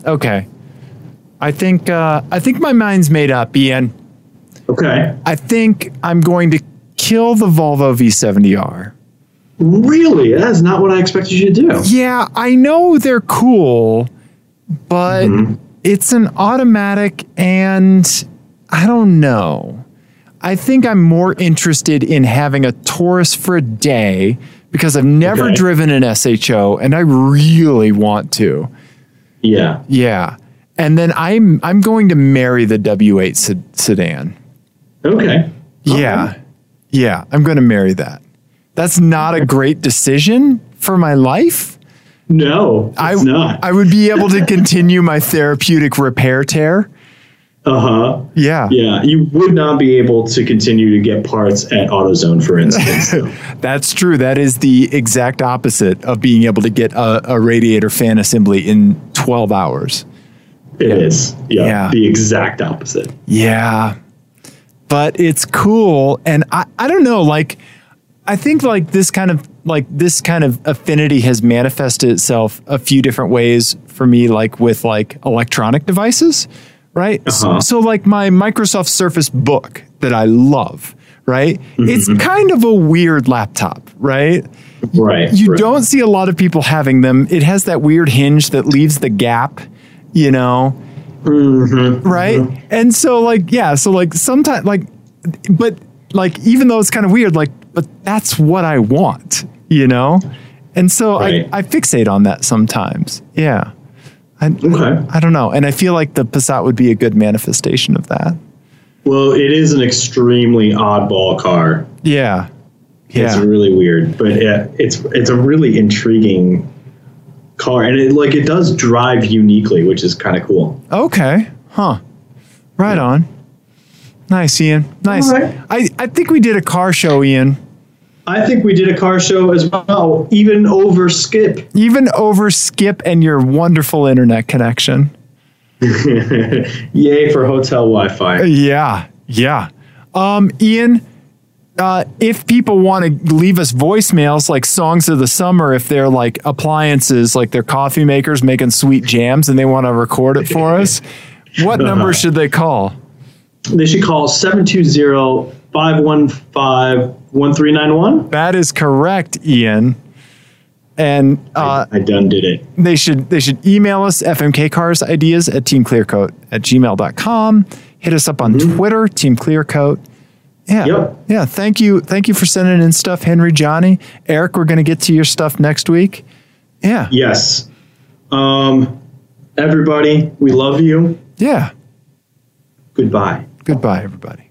[SPEAKER 3] Okay. I think uh, I think my mind's made up, Ian.
[SPEAKER 4] Okay.
[SPEAKER 3] I think I'm going to kill the Volvo V70R.
[SPEAKER 4] Really? That's not what I expected you to do.
[SPEAKER 3] Yeah, I know they're cool, but it's an automatic and I don't know. I think I'm more interested in having a Taurus for a day because I've never
[SPEAKER 4] Okay.
[SPEAKER 3] driven an SHO and I really want to.
[SPEAKER 4] Yeah.
[SPEAKER 3] Yeah. And then I'm I'm going to marry the W8 sed- sedan.
[SPEAKER 4] Okay.
[SPEAKER 3] Yeah. Yeah, I'm going to marry that. That's not a great decision for my life.
[SPEAKER 4] No,
[SPEAKER 3] I
[SPEAKER 4] it's not.
[SPEAKER 3] I would be able to continue my therapeutic repair tear.
[SPEAKER 4] uh huh.
[SPEAKER 3] Yeah.
[SPEAKER 4] Yeah. You would not be able to continue to get parts at AutoZone, for
[SPEAKER 3] [laughs]
[SPEAKER 4] instance. though.
[SPEAKER 3] That's true. That is the exact opposite of being able to get a, a radiator fan assembly in 12 hours.
[SPEAKER 4] It is. Yeah,
[SPEAKER 3] Yeah.
[SPEAKER 4] The exact opposite.
[SPEAKER 3] Yeah. But it's cool and I, I don't know, like I think like this kind of like this kind of affinity has manifested itself a few different ways for me, like with like electronic devices. right? S-
[SPEAKER 4] Uh-huh.
[SPEAKER 3] So, like my Microsoft Surface Book that I love, right? It's kind of a weird laptop, right?
[SPEAKER 4] Right.
[SPEAKER 3] You
[SPEAKER 4] right.
[SPEAKER 3] don't see a lot of people having them. It has that weird hinge that leaves the gap, you know,
[SPEAKER 4] Mhm.
[SPEAKER 3] right? And so, like, yeah, so like sometimes, like, but like, even though it's kind of weird, like, but that's what I want, you know? And so
[SPEAKER 4] Right.
[SPEAKER 3] I, I fixate on that sometimes. Yeah. I,
[SPEAKER 4] Okay.
[SPEAKER 3] I don't know. And I feel like the Passat would be a good manifestation of that.
[SPEAKER 4] Well, it is an extremely oddball car.
[SPEAKER 3] Yeah.
[SPEAKER 4] It's
[SPEAKER 3] Yeah.
[SPEAKER 4] really weird, but it, it's it's a really intriguing car, and it like it does drive uniquely, which is kind of cool.
[SPEAKER 3] Okay. Huh. Right on. Nice, Ian. Nice.
[SPEAKER 4] All right.
[SPEAKER 3] I, I think we did a car show, Ian.
[SPEAKER 4] I think we did a car show as well, even over
[SPEAKER 3] [laughs]
[SPEAKER 4] Skip.
[SPEAKER 3] Even over Skip and your wonderful internet connection.
[SPEAKER 4] Yay for hotel Wi-Fi!
[SPEAKER 3] Yeah. Yeah. Um, Ian, uh, if people want to leave us voicemails like songs of the summer, if they're like appliances, like they're coffee makers making sweet jams and they want to record it for us, what number should they call?
[SPEAKER 4] They should call 720-515-1391.
[SPEAKER 3] That is correct, Ian. And uh,
[SPEAKER 4] I done did it.
[SPEAKER 3] they should they should email us fmkcarsideas at teamclearcoat at gmail.com. Hit us up on Twitter, Team Clearcoat. Yeah.
[SPEAKER 4] Yep.
[SPEAKER 3] Yeah. Thank you. Thank you for sending in stuff, Henry Johnny. Eric, we're gonna get to your stuff next week. Yeah.
[SPEAKER 4] Yes. Um, everybody, we love you.
[SPEAKER 3] Yeah.
[SPEAKER 4] Goodbye.
[SPEAKER 3] Goodbye, everybody.